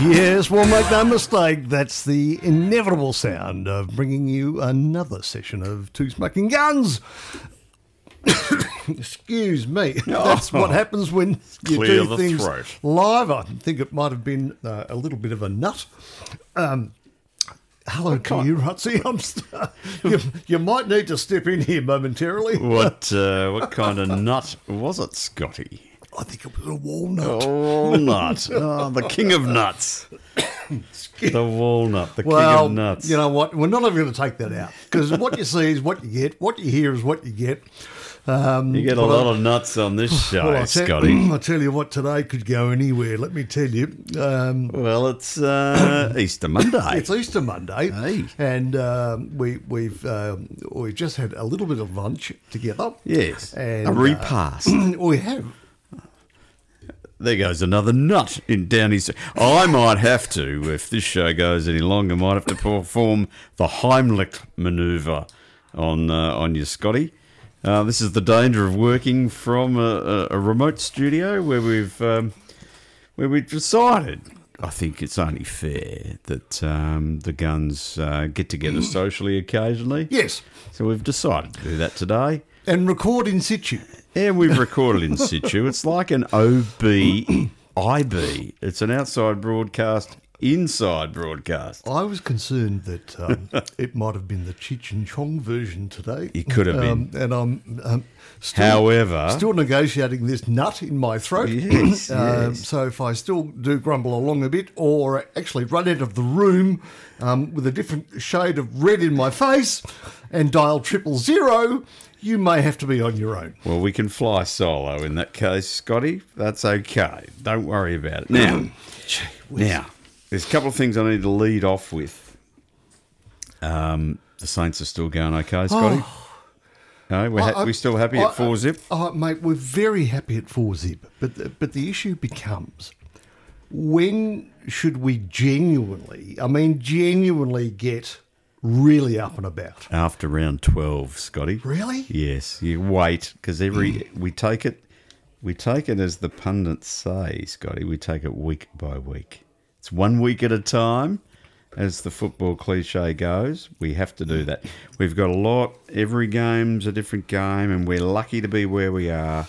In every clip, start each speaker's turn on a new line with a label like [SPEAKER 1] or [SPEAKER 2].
[SPEAKER 1] Yes, well, make no mistake, that's the inevitable sound of bringing you another session of Two Smoking Guns. Excuse me. That's what happens when you
[SPEAKER 2] Clear
[SPEAKER 1] do
[SPEAKER 2] the
[SPEAKER 1] things
[SPEAKER 2] throat.
[SPEAKER 1] live. I think it might have been uh, a little bit of a nut. Um, hello to you, Rutsy. I'm st- you, you might need to step in here momentarily.
[SPEAKER 2] What uh, what kind of nut was it, Scotty?
[SPEAKER 1] I think it was a walnut.
[SPEAKER 2] Walnut. Oh, the king of nuts. The walnut, the king
[SPEAKER 1] Well,
[SPEAKER 2] of nuts.
[SPEAKER 1] you know what? We're not even going to take that out because what you see is what you get. What you hear is what you get. Um,
[SPEAKER 2] you get a
[SPEAKER 1] but
[SPEAKER 2] lot of nuts on this show,
[SPEAKER 1] I, well, I tell,
[SPEAKER 2] Scotty.
[SPEAKER 1] I tell you what, today could go anywhere. Let me tell you. Um,
[SPEAKER 2] Well, it's uh, Easter Monday.
[SPEAKER 1] it's Easter Monday,
[SPEAKER 2] Hey.
[SPEAKER 1] and um, we, we've um, we've just had a little bit of lunch together.
[SPEAKER 2] yes.
[SPEAKER 1] and
[SPEAKER 2] a
[SPEAKER 1] uh,
[SPEAKER 2] repast.
[SPEAKER 1] we have.
[SPEAKER 2] There goes another nut in Downey. Street. I might have to, if this show goes any longer, might have to perform the Heimlich manoeuvre on uh, on you, Scotty. Uh, this is the danger of working from a, a, a remote studio where we've um, where we've decided. I think it's only fair that um, the guns uh, get together socially occasionally.
[SPEAKER 1] Yes,
[SPEAKER 2] So we've decided to do that today.
[SPEAKER 1] and record in situ.
[SPEAKER 2] And we've recorded in situ. It's like an OB IB. It's an outside broadcast, inside broadcast.
[SPEAKER 1] I was concerned that um, it might have been the Cheech and Chong version today.
[SPEAKER 2] It could have
[SPEAKER 1] Um, and I'm um, still,
[SPEAKER 2] However,
[SPEAKER 1] still negotiating this nut in my throat.
[SPEAKER 2] Yes,
[SPEAKER 1] um,
[SPEAKER 2] yes.
[SPEAKER 1] So if I still do grumble along a bit, or actually run out of the room um, with a different shade of red in my face, and dial triple zero, you may have to be on your own.
[SPEAKER 2] well, we can fly solo in that case, Scotty. That's okay. Don't worry about it. Now, now, there's a couple of things I need to lead off with. Um, the Saints are still going okay, Scotty. No, we're, ha-
[SPEAKER 1] Oh. I-
[SPEAKER 2] we still happy
[SPEAKER 1] I-
[SPEAKER 2] at four zip.
[SPEAKER 1] Oh, mate, we're very happy at four zip, but the, but the issue becomes when should we genuinely, I mean, genuinely get really up and about?
[SPEAKER 2] after round 12 scotty
[SPEAKER 1] Really?
[SPEAKER 2] yes you wait because every we take it we take it as the pundits say scotty we take it week by week it's one week at a time as the football cliche goes we have to do that we've got a lot every game's a different game and we're lucky to be where we are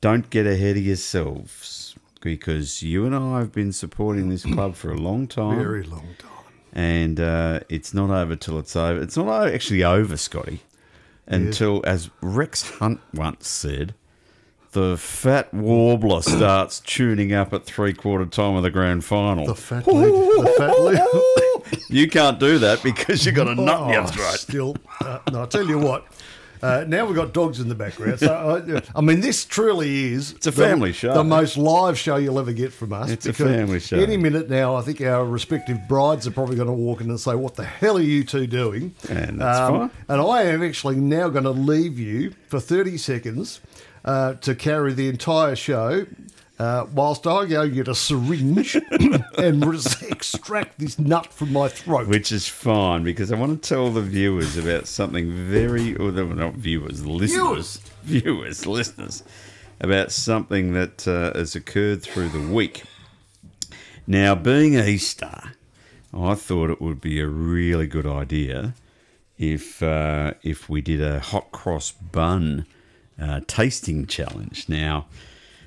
[SPEAKER 2] don't get ahead of yourselves because you and i have been supporting this club for a long time
[SPEAKER 1] Very long time.
[SPEAKER 2] and uh, it's not over till it's over. It's not o- actually over, Scotty, until, as Rex Hunt once said, the fat warbler starts tuning up at three quarter time of the grand final.
[SPEAKER 1] The fat lid. The fat lid.
[SPEAKER 2] you can't do that because you've got a nut in your
[SPEAKER 1] Oh,
[SPEAKER 2] throat.
[SPEAKER 1] Still, uh, no, I tell you what. Uh, now we've got dogs in the background. So, uh, I, I mean, this truly is
[SPEAKER 2] It's a family show.
[SPEAKER 1] The most live show you'll ever get from us.
[SPEAKER 2] It's a
[SPEAKER 1] because
[SPEAKER 2] family show.
[SPEAKER 1] Any minute now, I think our respective brides are probably going to walk in and say, "What the hell are you two doing?" Um,
[SPEAKER 2] And that's fine.
[SPEAKER 1] And I am actually now going to leave you for thirty seconds uh, to carry the entire show. Uh, whilst I go get a syringe and res- extract this nut from my throat.
[SPEAKER 2] Which is fine because I want to tell the viewers about something very, or the, not viewers, listeners, viewers, listeners, about something that uh, has occurred through the week. Now, being Easter, I thought it would be a really good idea if uh, if we did a hot cross bun uh, tasting challenge. Now,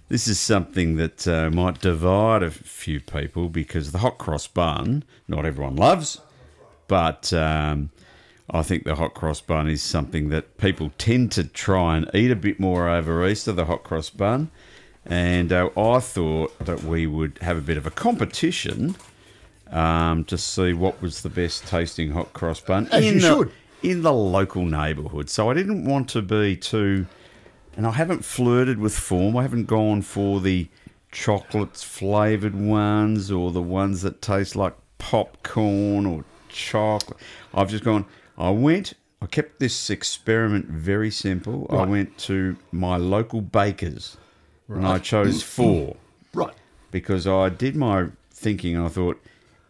[SPEAKER 2] this is something that uh, might divide a few people because the hot cross bun not everyone loves, but um, I think the hot cross bun is something that people tend to try and eat a bit more over Easter. The hot cross bun. And uh, I thought that we would have a bit of a competition um, to see what was the best tasting hot cross bun
[SPEAKER 1] As you
[SPEAKER 2] in the,
[SPEAKER 1] should.
[SPEAKER 2] in the local neighbourhood. So I didn't want to be too, and I haven't flirted with form. I haven't gone for the chocolates flavoured ones or the ones that taste like popcorn or chocolate. I've just gone. I went. I kept this experiment very simple. I went to my local bakers, and I chose four
[SPEAKER 1] right.
[SPEAKER 2] because I did my thinking and I thought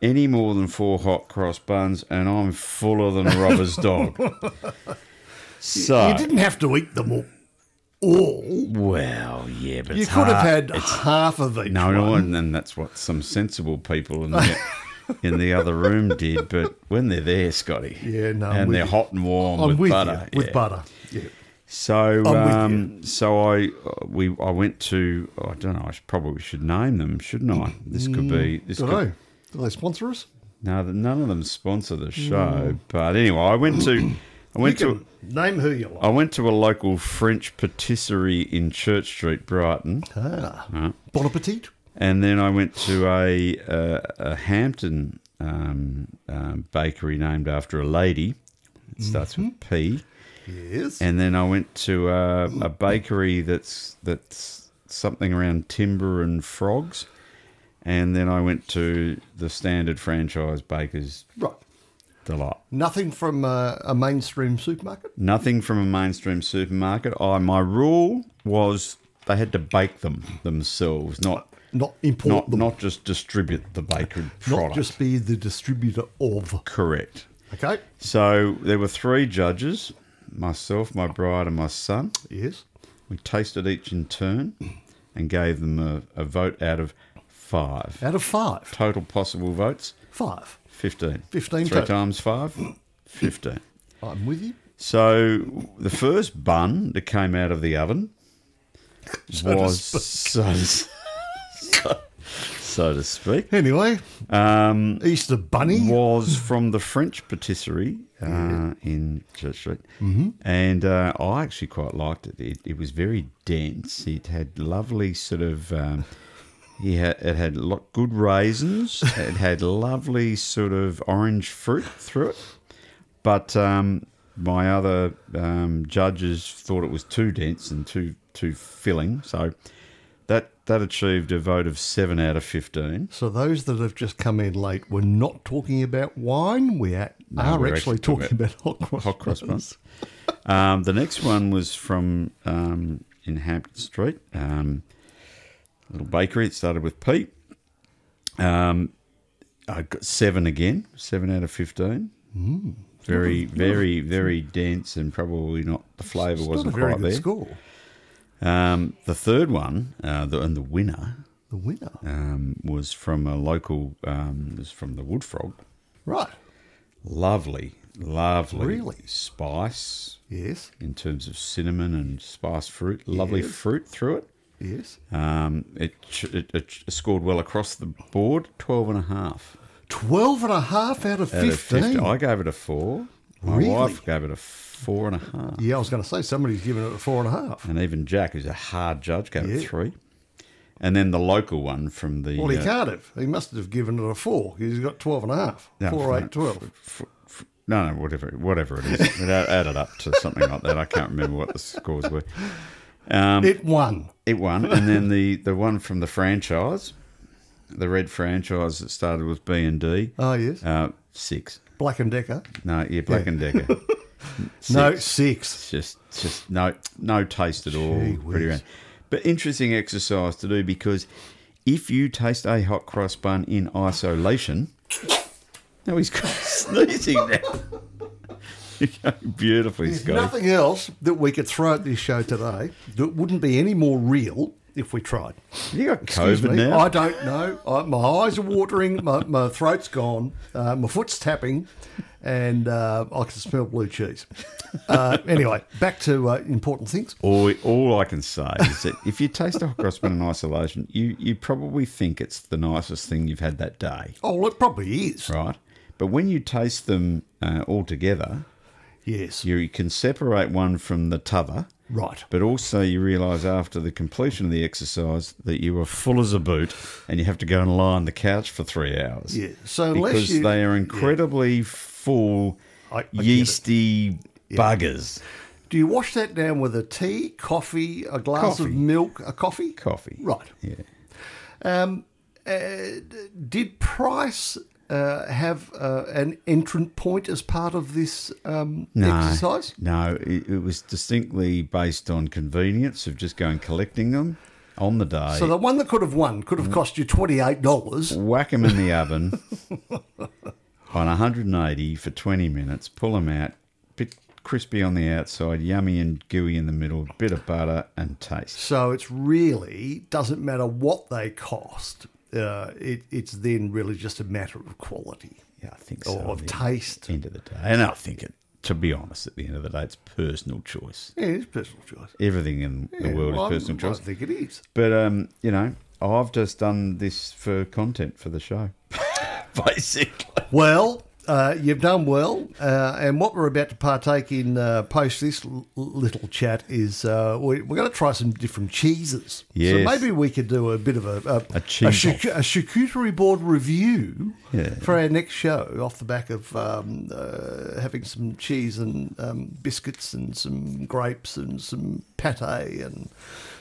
[SPEAKER 2] any more than four hot cross buns and I'm fuller than a robber's dog. So
[SPEAKER 1] You didn't have to eat them all. all.
[SPEAKER 2] Well, yeah, but
[SPEAKER 1] You
[SPEAKER 2] it's
[SPEAKER 1] could have
[SPEAKER 2] hard.
[SPEAKER 1] had half of each
[SPEAKER 2] No, no,
[SPEAKER 1] one.
[SPEAKER 2] and then that's what some sensible people in the in the other room did. But when they're there, Scotty,
[SPEAKER 1] Yeah, no, I'm
[SPEAKER 2] and
[SPEAKER 1] with
[SPEAKER 2] they're
[SPEAKER 1] you.
[SPEAKER 2] hot and warm
[SPEAKER 1] I'm
[SPEAKER 2] with,
[SPEAKER 1] with,
[SPEAKER 2] butter,
[SPEAKER 1] you. With
[SPEAKER 2] yeah.
[SPEAKER 1] butter. Yeah.
[SPEAKER 2] So,
[SPEAKER 1] with
[SPEAKER 2] um, so I uh, we I went to I don't know. I should, probably should name them, shouldn't I? This
[SPEAKER 1] Mm,
[SPEAKER 2] could be this.
[SPEAKER 1] Don't
[SPEAKER 2] Could,
[SPEAKER 1] know. Do they sponsor us?
[SPEAKER 2] no, th- none of them sponsor the show. But anyway, I went to I went
[SPEAKER 1] Mm. You
[SPEAKER 2] to
[SPEAKER 1] can name who you
[SPEAKER 2] I
[SPEAKER 1] like.
[SPEAKER 2] went to a local French patisserie in Church Street, Brighton.
[SPEAKER 1] Ah.
[SPEAKER 2] Oh. Right.
[SPEAKER 1] Bon appetit.
[SPEAKER 2] And then I went to a uh, a Hampton um, um, bakery named after a lady. It starts with
[SPEAKER 1] Mm-hmm.
[SPEAKER 2] P.
[SPEAKER 1] Yes.
[SPEAKER 2] And then I went to a, a bakery that's that's something around timber and frogs. And then I went to the standard franchise baker's
[SPEAKER 1] right.
[SPEAKER 2] delight.
[SPEAKER 1] Nothing from uh, a mainstream supermarket.
[SPEAKER 2] Nothing from a mainstream supermarket. I my rule was they had to bake them themselves, not
[SPEAKER 1] Not import
[SPEAKER 2] not
[SPEAKER 1] them.
[SPEAKER 2] not just distribute the bakery
[SPEAKER 1] Not
[SPEAKER 2] product.
[SPEAKER 1] just be the distributor of.
[SPEAKER 2] Correct.
[SPEAKER 1] Okay.
[SPEAKER 2] So there were three judges myself, my bride, and my son.
[SPEAKER 1] Yes.
[SPEAKER 2] We tasted each in turn and gave them a, a vote out of five.
[SPEAKER 1] Out of five.
[SPEAKER 2] Total possible votes
[SPEAKER 1] Five.
[SPEAKER 2] 15.
[SPEAKER 1] 15
[SPEAKER 2] Three
[SPEAKER 1] total.
[SPEAKER 2] times five 15.
[SPEAKER 1] I'm with you.
[SPEAKER 2] So the first bun that came out of the oven
[SPEAKER 1] to
[SPEAKER 2] was so, so, so to speak.
[SPEAKER 1] Anyway. Um, Easter Bunny.
[SPEAKER 2] was from the French patisserie uh, in Church Street, mm-hmm. and uh, I actually quite liked it. it. It was very dense. It had lovely sort of. Um, he had, it had lot good raisins. It had lovely sort of orange fruit through it, but um, my other um, judges thought it was too dense and too too filling. So that that achieved a vote of seven out of fifteen.
[SPEAKER 1] So those that have just come in late, we're not talking about wine. We are, are
[SPEAKER 2] we're
[SPEAKER 1] actually,
[SPEAKER 2] actually
[SPEAKER 1] talking
[SPEAKER 2] talking
[SPEAKER 1] about hot cross.
[SPEAKER 2] hot cross buns. um, the next one was from um, in Hampton Street, um, a little bakery. It started with P. Um, I got seven again, seven out of fifteen.
[SPEAKER 1] Mm.
[SPEAKER 2] Very, very, very dense, and probably not the flavour
[SPEAKER 1] It's not a
[SPEAKER 2] wasn't
[SPEAKER 1] very
[SPEAKER 2] quite
[SPEAKER 1] good
[SPEAKER 2] there.
[SPEAKER 1] score.
[SPEAKER 2] Um, the third one, uh, the, and the winner
[SPEAKER 1] The winner,
[SPEAKER 2] um, was from a local, um, was from the Wood Frog.
[SPEAKER 1] right?
[SPEAKER 2] Lovely, lovely,
[SPEAKER 1] Really?
[SPEAKER 2] spice
[SPEAKER 1] Yes,
[SPEAKER 2] in terms of cinnamon and spiced fruit. Lovely fruit through it.
[SPEAKER 1] yes.
[SPEAKER 2] Um, it, ch- it, it scored well across the board, 12 and a half.
[SPEAKER 1] Twelve and a half out of
[SPEAKER 2] out of
[SPEAKER 1] fifteen.
[SPEAKER 2] 50. I gave it a four. My
[SPEAKER 1] Really?
[SPEAKER 2] wife gave it a four and a half.
[SPEAKER 1] yeah, I was going to say somebody's given it a four and a half.
[SPEAKER 2] And even Jack, who's a hard judge, gave it
[SPEAKER 1] Yeah.
[SPEAKER 2] three. And then the local one from the.
[SPEAKER 1] Well, he
[SPEAKER 2] uh,
[SPEAKER 1] can't have. He must have given it a four. He's got twelve and a half.
[SPEAKER 2] no,
[SPEAKER 1] four,
[SPEAKER 2] no,
[SPEAKER 1] eight, twelve.
[SPEAKER 2] f- f- No, no, whatever, whatever it is. it a- added up to something like that. I can't remember what the scores were. Um,
[SPEAKER 1] it won.
[SPEAKER 2] It won, and then the the one from the franchise, the red franchise that started with B and D,
[SPEAKER 1] Oh yes,
[SPEAKER 2] uh, six.
[SPEAKER 1] Black and Decker.
[SPEAKER 2] No, yeah, Black and Decker.
[SPEAKER 1] No six.
[SPEAKER 2] It's just, just no, no taste at all.
[SPEAKER 1] Gee
[SPEAKER 2] Pretty
[SPEAKER 1] whiz.
[SPEAKER 2] round. But interesting exercise to do because if you taste a hot cross bun in isolation, no, he's sneezing now. Beautifully,
[SPEAKER 1] There's
[SPEAKER 2] Scotty.
[SPEAKER 1] nothing else that we could throw at this show today that wouldn't be any more real if we tried.
[SPEAKER 2] You got
[SPEAKER 1] Excuse
[SPEAKER 2] COVID
[SPEAKER 1] me,
[SPEAKER 2] now.
[SPEAKER 1] I don't know. I, my eyes are watering. My, my throat's gone. Uh, my foot's tapping, and uh, I can smell blue cheese. Uh, anyway, back to uh, important things.
[SPEAKER 2] All, all I can say is that if you taste a hot cross bun in isolation, you, you probably think it's the nicest thing you've had that day,
[SPEAKER 1] Oh, well, it probably is.
[SPEAKER 2] right? But when you taste them uh, all together,
[SPEAKER 1] Yes,
[SPEAKER 2] you can separate one from the t'other,
[SPEAKER 1] right.
[SPEAKER 2] but also you realise after the completion of the exercise that you are full as a boot and you have to go and lie on the couch for three hours.
[SPEAKER 1] Yeah. So unless
[SPEAKER 2] Because
[SPEAKER 1] you,
[SPEAKER 2] they are incredibly full,
[SPEAKER 1] I- I get it.
[SPEAKER 2] yeasty buggers.
[SPEAKER 1] do you wash that down with a tea, coffee, a glass
[SPEAKER 2] Coffee.
[SPEAKER 1] of milk, a coffee?
[SPEAKER 2] Coffee.
[SPEAKER 1] Right. Uh,
[SPEAKER 2] Yeah.
[SPEAKER 1] Did Price uh, have uh, an entrant point as part of this um, exercise?
[SPEAKER 2] No, it, it was distinctly based on convenience of just going collecting them on the day,
[SPEAKER 1] So the one that could have won could
[SPEAKER 2] Mm.
[SPEAKER 1] have cost you twenty eight dollars.
[SPEAKER 2] whack them in the oven on 180 for 20 minutes, pull them out, bit crispy on the outside, yummy and gooey in the middle, bit of butter and taste.
[SPEAKER 1] So it's really doesn't matter what they cost. Uh, it, it's then really just a matter of quality
[SPEAKER 2] Yeah, I think so.
[SPEAKER 1] or of
[SPEAKER 2] yeah.
[SPEAKER 1] taste.
[SPEAKER 2] end of the day. And I think it, to be honest, at the end of the day, it's personal choice.
[SPEAKER 1] Yeah, it's personal choice.
[SPEAKER 2] Everything in the
[SPEAKER 1] Yeah,
[SPEAKER 2] world
[SPEAKER 1] well,
[SPEAKER 2] is personal
[SPEAKER 1] I,
[SPEAKER 2] choice.
[SPEAKER 1] I think it is.
[SPEAKER 2] But um, you know, I've just done this for content for the show, basically.
[SPEAKER 1] Well, uh, you've done well. Uh, and what we're about to partake in uh, post this l- little chat is uh, we- we're going to try some different cheeses. So
[SPEAKER 2] Yes.
[SPEAKER 1] maybe we could do a bit of a, a,
[SPEAKER 2] A cheese
[SPEAKER 1] charcu- a charcuterie board review
[SPEAKER 2] Yeah.
[SPEAKER 1] for our next show off the back of um, uh, having some cheese and um, biscuits and some grapes and some pate and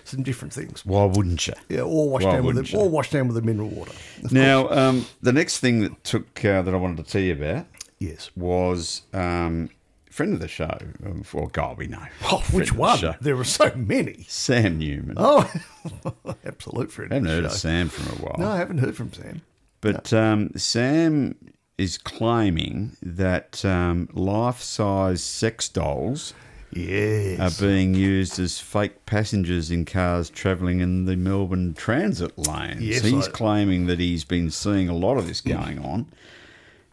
[SPEAKER 1] some different things.
[SPEAKER 2] Why wouldn't you?
[SPEAKER 1] Yeah, all washed
[SPEAKER 2] Why
[SPEAKER 1] down with
[SPEAKER 2] wouldn't
[SPEAKER 1] the,
[SPEAKER 2] you?
[SPEAKER 1] all washed down with the mineral water.
[SPEAKER 2] Now, um, the next thing that took uh, that I wanted to tell you about
[SPEAKER 1] Yes.
[SPEAKER 2] was um, friend of the show. Um, well, God, we know.
[SPEAKER 1] Oh,
[SPEAKER 2] Friend
[SPEAKER 1] which
[SPEAKER 2] of the
[SPEAKER 1] one?
[SPEAKER 2] show.
[SPEAKER 1] There are so many.
[SPEAKER 2] Sam Newman.
[SPEAKER 1] Oh, absolute friend.
[SPEAKER 2] I
[SPEAKER 1] of
[SPEAKER 2] haven't
[SPEAKER 1] the
[SPEAKER 2] heard of
[SPEAKER 1] show.
[SPEAKER 2] Sam for a while.
[SPEAKER 1] No, I haven't heard from Sam.
[SPEAKER 2] But um, Sam is claiming that um, life-size sex dolls are
[SPEAKER 1] Yes.
[SPEAKER 2] being used as fake passengers in cars travelling in the Melbourne transit lanes.
[SPEAKER 1] Yes,
[SPEAKER 2] he's
[SPEAKER 1] I-
[SPEAKER 2] claiming that he's been seeing a lot of this going on.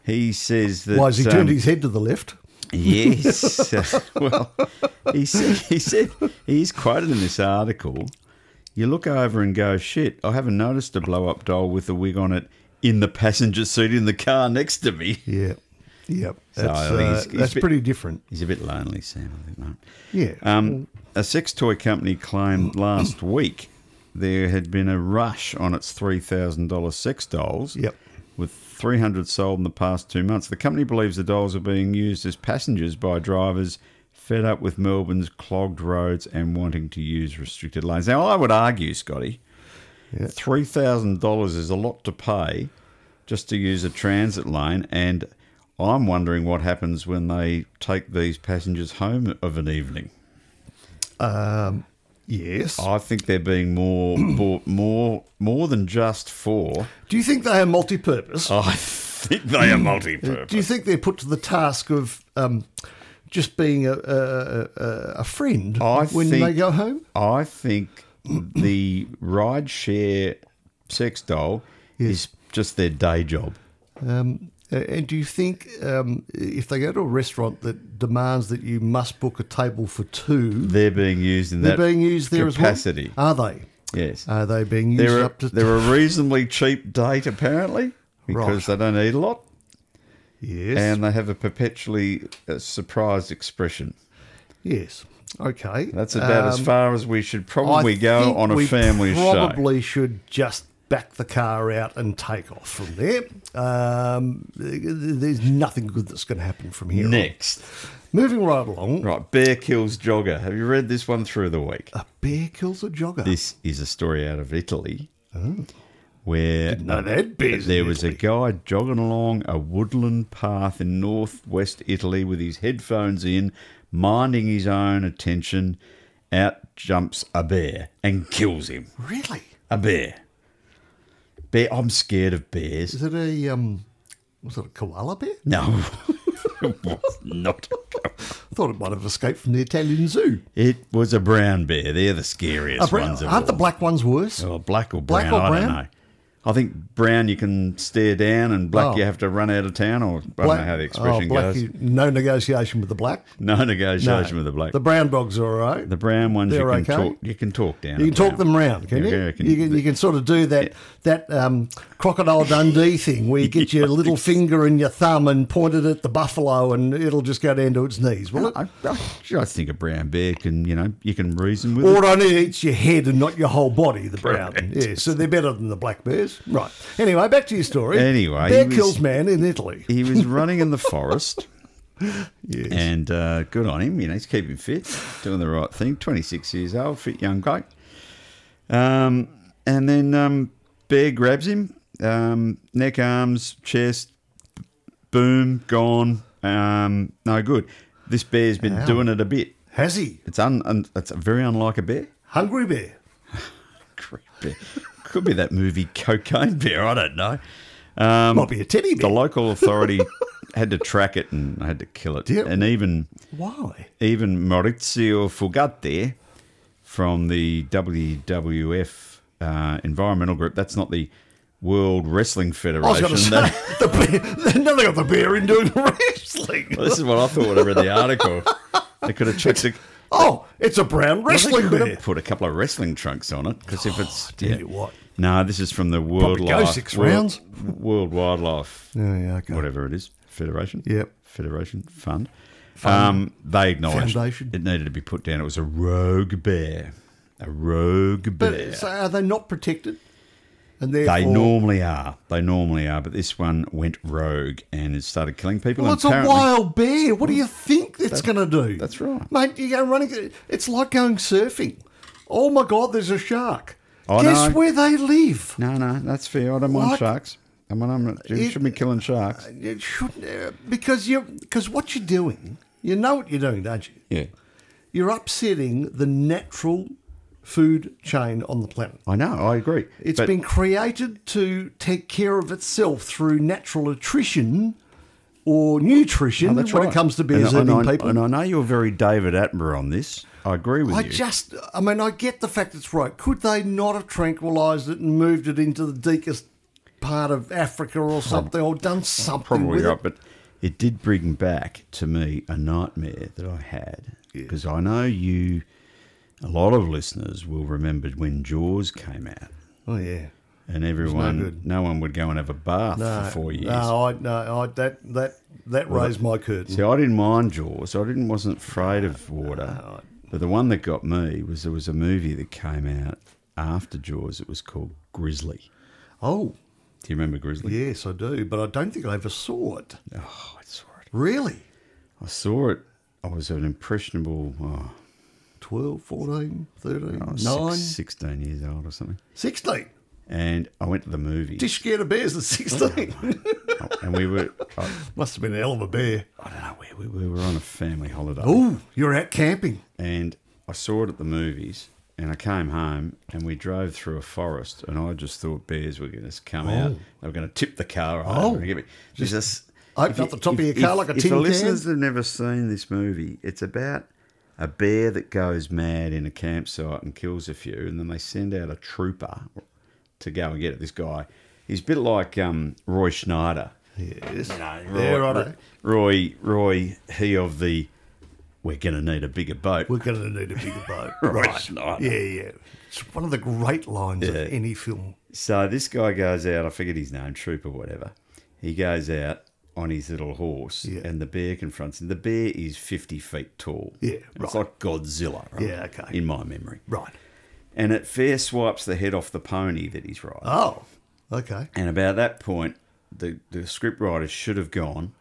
[SPEAKER 2] He says that.
[SPEAKER 1] Why has he
[SPEAKER 2] um,
[SPEAKER 1] turned his head to the left?
[SPEAKER 2] Yes. well, he said, he said he's quoted in this article. You look over and go, shit, I haven't noticed a blow up doll with a wig on it in the passenger seat in the car next to me.
[SPEAKER 1] Yeah. Yep.
[SPEAKER 2] So
[SPEAKER 1] That's, uh,
[SPEAKER 2] he's- he's
[SPEAKER 1] that's
[SPEAKER 2] bit-
[SPEAKER 1] pretty different.
[SPEAKER 2] He's a bit lonely, Sam, I think, mate.
[SPEAKER 1] Yeah.
[SPEAKER 2] Um, a sex toy company
[SPEAKER 1] Mm.
[SPEAKER 2] claimed last week there had been a rush on its $3,000 sex dolls.
[SPEAKER 1] Yep.
[SPEAKER 2] With 300 sold in the past two months. The company believes the dolls are being used as passengers by drivers fed up with Melbourne's clogged roads and wanting to use restricted lanes. Now, I would argue, Scotty,
[SPEAKER 1] Yeah.
[SPEAKER 2] $3,000 is a lot to pay just to use a transit lane. And I'm wondering what happens when they take these passengers home of an evening.
[SPEAKER 1] yes.
[SPEAKER 2] I think they're being more bought more more than just for.
[SPEAKER 1] Do you think they are multi-purpose?
[SPEAKER 2] I think they are multi-purpose.
[SPEAKER 1] Do you think they're put to the task of um, just being a, a, a, a friend
[SPEAKER 2] I
[SPEAKER 1] when
[SPEAKER 2] think-
[SPEAKER 1] they go home?
[SPEAKER 2] I think the rideshare sex doll is just their day job.
[SPEAKER 1] Um, a- and do you think um, if they go to a restaurant that demands that you must book a table for two,
[SPEAKER 2] They're being used in
[SPEAKER 1] they're
[SPEAKER 2] that
[SPEAKER 1] being used there
[SPEAKER 2] capacity.
[SPEAKER 1] as well? Are they?
[SPEAKER 2] Yes,
[SPEAKER 1] Are they being used
[SPEAKER 2] they're a,
[SPEAKER 1] up to
[SPEAKER 2] they're a reasonably cheap date apparently because they don't eat a lot
[SPEAKER 1] Yes.
[SPEAKER 2] and they have a perpetually uh, surprised expression.
[SPEAKER 1] yes. Okay.
[SPEAKER 2] That's about as
[SPEAKER 1] Um,
[SPEAKER 2] far as we should probably
[SPEAKER 1] I
[SPEAKER 2] go
[SPEAKER 1] think
[SPEAKER 2] on a
[SPEAKER 1] we
[SPEAKER 2] family show.
[SPEAKER 1] Probably should just back the car out and take off from there. Um, th- th- there's nothing good that's going to happen from here. on.
[SPEAKER 2] Next.
[SPEAKER 1] Moving right along,
[SPEAKER 2] Right, bear kills jogger. Have you read this one through the week?
[SPEAKER 1] a bear kills a jogger.
[SPEAKER 2] This is a story out of Italy,
[SPEAKER 1] Oh.
[SPEAKER 2] where
[SPEAKER 1] no, they had bears. in
[SPEAKER 2] there was a
[SPEAKER 1] Italy.
[SPEAKER 2] guy jogging along a woodland path in northwest Italy with his headphones in, minding his own attention. Out jumps a bear and kills him.
[SPEAKER 1] really.
[SPEAKER 2] A bear. Bear. I'm scared of bears.
[SPEAKER 1] Is it a um? Was it a koala bear?
[SPEAKER 2] No, it was not.
[SPEAKER 1] I thought it might have escaped from the Italian zoo.
[SPEAKER 2] It was a brown bear. They're the scariest
[SPEAKER 1] Are bra-
[SPEAKER 2] ones. Oh, of
[SPEAKER 1] aren't the
[SPEAKER 2] all.
[SPEAKER 1] black ones worse?
[SPEAKER 2] Well, black or brown,
[SPEAKER 1] Black or
[SPEAKER 2] I don't
[SPEAKER 1] brown?
[SPEAKER 2] know. I think brown you can stare down, and black
[SPEAKER 1] Oh.
[SPEAKER 2] you have to run out of town, or I don't know how the expression
[SPEAKER 1] oh, black,
[SPEAKER 2] goes.
[SPEAKER 1] you- no negotiation with the black.
[SPEAKER 2] no
[SPEAKER 1] No.
[SPEAKER 2] negotiation with the black.
[SPEAKER 1] The
[SPEAKER 2] The,
[SPEAKER 1] brown dogs are all right.
[SPEAKER 2] brown ones you can
[SPEAKER 1] They're okay.
[SPEAKER 2] talk. You can talk down.
[SPEAKER 1] You can
[SPEAKER 2] a
[SPEAKER 1] talk
[SPEAKER 2] brown.
[SPEAKER 1] them round, can
[SPEAKER 2] Yeah,
[SPEAKER 1] you?
[SPEAKER 2] yeah, I can-
[SPEAKER 1] you, can, you can sort of do that that um, crocodile Dundee thing where you get your little finger and your thumb and point it at the buffalo and it'll just go down to its knees, will it?
[SPEAKER 2] I, I just think a brown bear can, you know, you can reason with.
[SPEAKER 1] Or on it eats your head and not your whole body, the brown. Yeah, so they're better than the black bears. Right. Anyway, back to your story.
[SPEAKER 2] Anyway,
[SPEAKER 1] bear
[SPEAKER 2] he was-
[SPEAKER 1] kills man in Italy.
[SPEAKER 2] it. He was running in the forest,
[SPEAKER 1] Yes.
[SPEAKER 2] and uh, good on him. You know, he's keeping fit, doing the right thing. Twenty six years old, fit young bloke. Um, and then um, bear grabs him, um, neck, arms, chest, boom, gone. Um, no good. This bear's been doing it a bit.
[SPEAKER 1] Has he?
[SPEAKER 2] It's un, un it's very unlike a bear.
[SPEAKER 1] Hungry bear.
[SPEAKER 2] Great bear. Could be that movie Cocaine Bear. I don't know.
[SPEAKER 1] Might be a teddy
[SPEAKER 2] The
[SPEAKER 1] bear.
[SPEAKER 2] local authority had to track it and I had to kill it.
[SPEAKER 1] Yep.
[SPEAKER 2] And even
[SPEAKER 1] Why?
[SPEAKER 2] even Maurizio Fugate from the WWF uh, environmental group. That's not the World Wrestling Federation.
[SPEAKER 1] I was going to say,
[SPEAKER 2] That-
[SPEAKER 1] the bear, now they got the bear in doing the wrestling.
[SPEAKER 2] this is what I thought when I read the article. They could have checked it.
[SPEAKER 1] Oh, it's a brown wrestling
[SPEAKER 2] could
[SPEAKER 1] bear.
[SPEAKER 2] have put a couple of wrestling trunks on it because if it's
[SPEAKER 1] tell you what.
[SPEAKER 2] no, this is from the World
[SPEAKER 1] Probably go
[SPEAKER 2] Life-
[SPEAKER 1] six
[SPEAKER 2] World-
[SPEAKER 1] rounds.
[SPEAKER 2] World Wildlife,
[SPEAKER 1] Yeah, yeah, okay.
[SPEAKER 2] whatever it is, Federation.
[SPEAKER 1] Yep.
[SPEAKER 2] Federation Fund. Um, they acknowledged
[SPEAKER 1] Foundation.
[SPEAKER 2] it needed to be put down. It was a rogue bear, a rogue
[SPEAKER 1] But
[SPEAKER 2] bear.
[SPEAKER 1] so are they not protected? And therefore,
[SPEAKER 2] They normally are. They normally are, but this one went rogue and it started killing people.
[SPEAKER 1] Well,
[SPEAKER 2] and
[SPEAKER 1] it's a
[SPEAKER 2] apparently-
[SPEAKER 1] wild bear. What do you think it's going to do?
[SPEAKER 2] that's right.
[SPEAKER 1] mate. You go running. It's like going surfing. Oh my God, there's a shark.
[SPEAKER 2] Oh,
[SPEAKER 1] Guess
[SPEAKER 2] no.
[SPEAKER 1] where they live?
[SPEAKER 2] No, no, that's fair. I don't mind
[SPEAKER 1] What?
[SPEAKER 2] sharks. I mean, I'm not, you
[SPEAKER 1] It-
[SPEAKER 2] shouldn't be killing sharks.
[SPEAKER 1] It shouldn't uh, because you because what you're doing, you know what you're doing, don't you?
[SPEAKER 2] Yeah.
[SPEAKER 1] You're upsetting the natural food chain on the planet.
[SPEAKER 2] I know, I agree.
[SPEAKER 1] It's
[SPEAKER 2] But-
[SPEAKER 1] been created to take care of itself through natural attrition or nutrition
[SPEAKER 2] Oh, that's
[SPEAKER 1] when
[SPEAKER 2] right.
[SPEAKER 1] it comes to bears
[SPEAKER 2] and, I-
[SPEAKER 1] eating
[SPEAKER 2] and I,
[SPEAKER 1] people.
[SPEAKER 2] And I know you're very David Attenborough on this. I agree with
[SPEAKER 1] I
[SPEAKER 2] you.
[SPEAKER 1] just, I mean, I get the fact it's right. Could they not have tranquilized it and moved it into the deepest part of Africa or something, or done something
[SPEAKER 2] Probably
[SPEAKER 1] with
[SPEAKER 2] right,
[SPEAKER 1] it?
[SPEAKER 2] but it did bring back to me a nightmare that I had because I know you. A lot of listeners will remember when Jaws came out,
[SPEAKER 1] Oh yeah,
[SPEAKER 2] and everyone, no,
[SPEAKER 1] good.
[SPEAKER 2] one would go and have a bath for four years.
[SPEAKER 1] No, I, no, I, that that that raised my curtain.
[SPEAKER 2] See, I didn't mind Jaws. I didn't wasn't afraid of water. But the one that got me was there was a movie that came out after Jaws. It was called Grizzly.
[SPEAKER 1] Oh
[SPEAKER 2] Do you remember Grizzly?
[SPEAKER 1] yes, I do, but I don't think I ever saw it.
[SPEAKER 2] Oh, I saw it.
[SPEAKER 1] Really,
[SPEAKER 2] I saw it. I was an impressionable oh,
[SPEAKER 1] 12, 14, 13,
[SPEAKER 2] I
[SPEAKER 1] 9,
[SPEAKER 2] was Oh, six- 16 years old or something.
[SPEAKER 1] 16.
[SPEAKER 2] And I went to the movie.
[SPEAKER 1] Dish scared of bears at 16.
[SPEAKER 2] and we were, I,
[SPEAKER 1] Must have been a hell of a bear.
[SPEAKER 2] I don't know where we were. We were on a family holiday.
[SPEAKER 1] Oh, you're out camping.
[SPEAKER 2] And I saw it at the movies. And I came home and we drove through a forest. And I just thought bears were going to come out. They were going to tip the car over.
[SPEAKER 1] Oh.
[SPEAKER 2] and give me, just,
[SPEAKER 1] Open up the top of your car like a tin
[SPEAKER 2] If the
[SPEAKER 1] can.
[SPEAKER 2] listeners have never seen this movie, it's about a bear that goes mad in a campsite and kills a few, and then they send out a trooper to go and get it. This guy, he's a bit like um, Roy Schneider.
[SPEAKER 1] Yes.
[SPEAKER 2] Roy,
[SPEAKER 1] Yeah, righto.
[SPEAKER 2] Roy, Roy, he of the we're going to need a bigger boat.
[SPEAKER 1] We're going to need a bigger boat.
[SPEAKER 2] Roy Schneider.
[SPEAKER 1] Yeah, yeah. It's one of the great lines
[SPEAKER 2] Yeah.
[SPEAKER 1] of any film.
[SPEAKER 2] So this guy goes out, I forget his name, Troop or whatever. He goes out on his little horse
[SPEAKER 1] Yeah.
[SPEAKER 2] and the bear confronts him. The bear is 50 feet tall.
[SPEAKER 1] Yeah, right.
[SPEAKER 2] It's like Godzilla, right?
[SPEAKER 1] Yeah, okay.
[SPEAKER 2] In my memory.
[SPEAKER 1] Right.
[SPEAKER 2] And it fair swipes the head off the pony that he's riding.
[SPEAKER 1] Oh, okay.
[SPEAKER 2] And about that point, the, the script writer should have gone,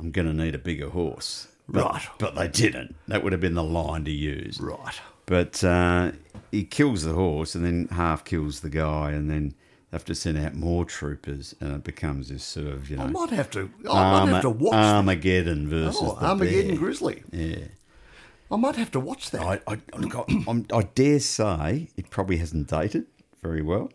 [SPEAKER 2] I'm going to need a bigger horse. But,
[SPEAKER 1] Right.
[SPEAKER 2] But they didn't. That would have been the line to use.
[SPEAKER 1] Right.
[SPEAKER 2] But uh, he kills the horse and then half kills the guy, and then they have to send out more troopers, and it becomes this sort of, you know,
[SPEAKER 1] I might have to. I might
[SPEAKER 2] Arma-
[SPEAKER 1] have to watch.
[SPEAKER 2] Armageddon versus
[SPEAKER 1] oh,
[SPEAKER 2] um, the
[SPEAKER 1] Armageddon
[SPEAKER 2] bear.
[SPEAKER 1] Grizzly. Yeah. I might have to watch that.
[SPEAKER 2] I, I, look, I, I'm, I dare say it probably hasn't dated very well,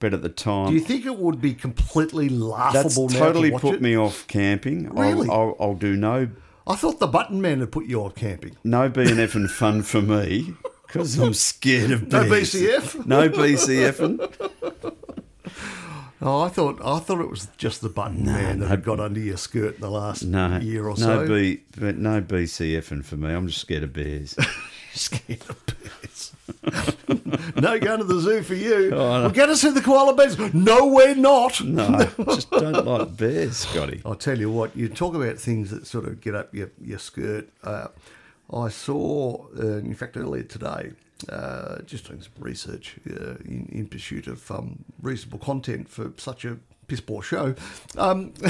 [SPEAKER 2] but at the time,
[SPEAKER 1] Do you think it would be completely
[SPEAKER 2] that's
[SPEAKER 1] laughable now
[SPEAKER 2] totally
[SPEAKER 1] to watch
[SPEAKER 2] put
[SPEAKER 1] it?
[SPEAKER 2] me off camping.
[SPEAKER 1] Really?
[SPEAKER 2] I'll, I'll, I'll do no
[SPEAKER 1] I thought the Button Man had put you on camping.
[SPEAKER 2] no BNF and fun for me because I'm scared of
[SPEAKER 1] No
[SPEAKER 2] bears.
[SPEAKER 1] BCF?
[SPEAKER 2] no BCF. and
[SPEAKER 1] Oh, I thought I thought it was just the Button Man that had got under your skirt in the last
[SPEAKER 2] No,
[SPEAKER 1] year or
[SPEAKER 2] no
[SPEAKER 1] so.
[SPEAKER 2] B, but no BCFing for me. I'm just scared of bears.
[SPEAKER 1] Scared of bears. no going to the zoo for you.
[SPEAKER 2] Oh,
[SPEAKER 1] We're going to see the koala bears. No, we're not.
[SPEAKER 2] No, I just don't like bears, Scotty.
[SPEAKER 1] I'll tell you what, you talk about things that sort of get up your, your skirt. Uh, I saw, uh, in fact, earlier today, uh, just doing some research uh, in, in pursuit of um, reasonable content for such a piss poor show. Um,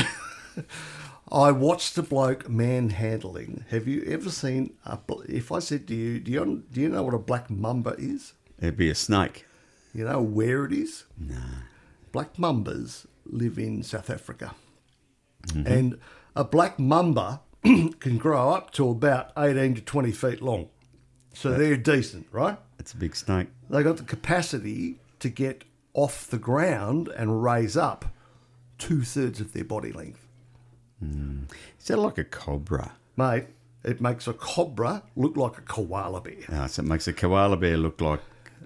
[SPEAKER 1] I watched a bloke manhandling. Have you ever seen a. bl- If I said to you, do you, do you know what a black mamba is?
[SPEAKER 2] It'd be a snake.
[SPEAKER 1] You know where it is? No. Black mambas live in South Africa.
[SPEAKER 2] Mm-hmm.
[SPEAKER 1] And a black mamba can grow up to about 18 to 20 feet long. So they're decent, right?
[SPEAKER 2] It's a big snake.
[SPEAKER 1] They got the capacity to get off the ground and raise up two thirds of their body length.
[SPEAKER 2] Is that like a cobra?
[SPEAKER 1] Mate, it makes a cobra look like a koala bear.
[SPEAKER 2] No, Ah, so it makes a koala bear look like.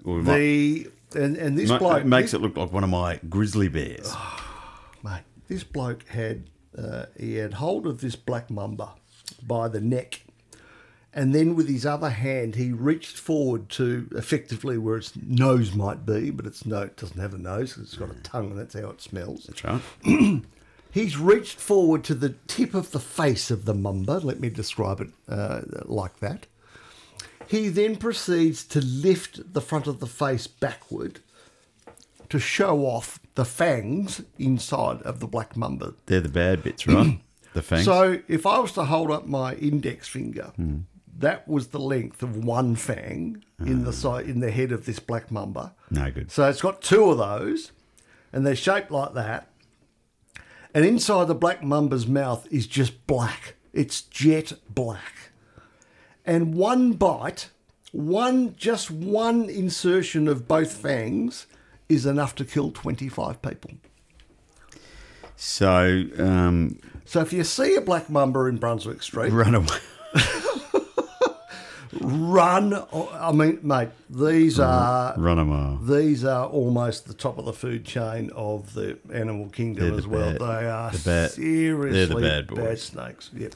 [SPEAKER 2] Or it might-
[SPEAKER 1] The and, and this
[SPEAKER 2] might-
[SPEAKER 1] bloke
[SPEAKER 2] it makes
[SPEAKER 1] this,
[SPEAKER 2] it look like one of my grizzly bears.
[SPEAKER 1] Ah. mate, this bloke had uh, he had hold of this black mamba by the neck, and then with his other hand he reached forward to effectively where its nose might be, but its no it doesn't have a nose; 'cause it's got a tongue, and that's how it smells.
[SPEAKER 2] That's right.
[SPEAKER 1] He's reached forward to the tip of the face of the mumba. Let me describe it uh, like that. He then proceeds to lift the front of the face backward to show off the fangs inside of the black mumba.
[SPEAKER 2] They're the bad bits, right? the fangs.
[SPEAKER 1] So if I was to hold up my index finger,
[SPEAKER 2] Hmm.
[SPEAKER 1] that was the length of one fang in the side, in the head of this black mamba.
[SPEAKER 2] Ah. no good.
[SPEAKER 1] So it's got two of those, and they're shaped like that. And inside the black mumba's mouth is just black. It's jet black. And one bite, one just one insertion of both fangs is enough to kill 25 people.
[SPEAKER 2] So um,
[SPEAKER 1] So if you see a black mamba in Brunswick Street,
[SPEAKER 2] run away.
[SPEAKER 1] run. I mean, mate, these are
[SPEAKER 2] Run a mile.
[SPEAKER 1] these are almost the top of the food chain of the animal kingdom
[SPEAKER 2] the
[SPEAKER 1] as well.
[SPEAKER 2] bad-
[SPEAKER 1] They are
[SPEAKER 2] the bad-
[SPEAKER 1] seriously
[SPEAKER 2] they're the bad boys.
[SPEAKER 1] snakes. Yep.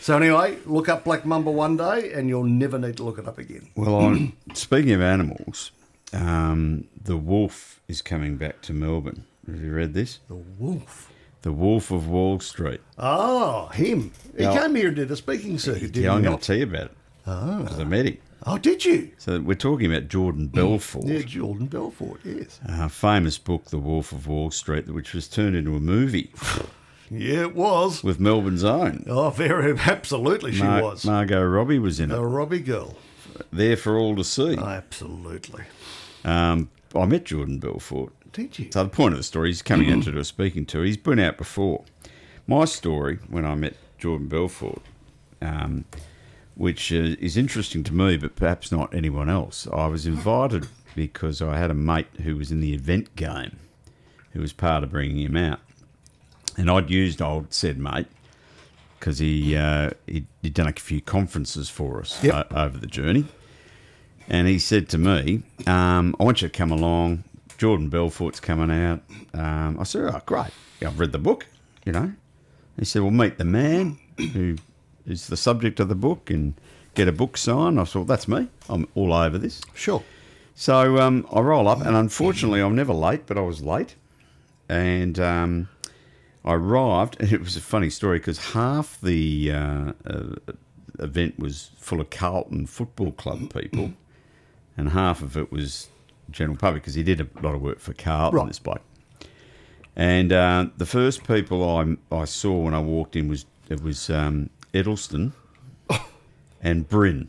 [SPEAKER 1] So anyway, look up black mamba one day, and you'll never need to look it up again.
[SPEAKER 2] Well, on, speaking of animals, um, the wolf is coming back to Melbourne. Have you read this?
[SPEAKER 1] The wolf.
[SPEAKER 2] The Wolf of Wall Street.
[SPEAKER 1] Oh, him. He
[SPEAKER 2] Now-
[SPEAKER 1] came here and did a speaking circuit, didn't
[SPEAKER 2] yeah, I'm
[SPEAKER 1] he?
[SPEAKER 2] going
[SPEAKER 1] not?
[SPEAKER 2] to tell you about it because I met him.
[SPEAKER 1] oh, did you?
[SPEAKER 2] So we're talking about Jordan Belfort.
[SPEAKER 1] Mm. Yeah, Jordan Belfort. Yes.
[SPEAKER 2] uh, famous book, The Wolf of Wall Street, which was turned into a movie
[SPEAKER 1] Yeah, it was.
[SPEAKER 2] with Melbourne's own.
[SPEAKER 1] Oh, very absolutely, she
[SPEAKER 2] Mar-
[SPEAKER 1] was.
[SPEAKER 2] Margot Robbie was in it,
[SPEAKER 1] the Robbie girl.
[SPEAKER 2] there for all to see.
[SPEAKER 1] Ah. Absolutely.
[SPEAKER 2] Um, I met Jordan Belfort.
[SPEAKER 1] Did you?
[SPEAKER 2] So the point of the story, he's coming out to do a speaking tour. He's been out before. My story when I met Jordan Belfort, um, which uh, is interesting to me, but perhaps not anyone else. I was invited because I had a mate who was in the event game, who was part of bringing him out, and I'd used old said mate because he, uh, he he'd done a few conferences for us
[SPEAKER 1] Yep.
[SPEAKER 2] o- over the journey. And he said to me, um, I want you to come along. Jordan Belfort's coming out. Um, I said, Oh, great. Yeah, I've read the book, you know. He said, Well, meet the man who is the subject of the book and get a book signed. I thought, That's me. I'm all over this.
[SPEAKER 1] Sure.
[SPEAKER 2] So um, I roll up, and unfortunately, I'm never late, but I was late. And um, I arrived, and it was a funny story because half the uh, uh, event was full of Carlton Football Club people, and half of it was general public because he did a lot of work for Carlton,
[SPEAKER 1] Right.
[SPEAKER 2] this bloke. And uh, the first people I, I saw when I walked in was it was um, Edelston and Bryn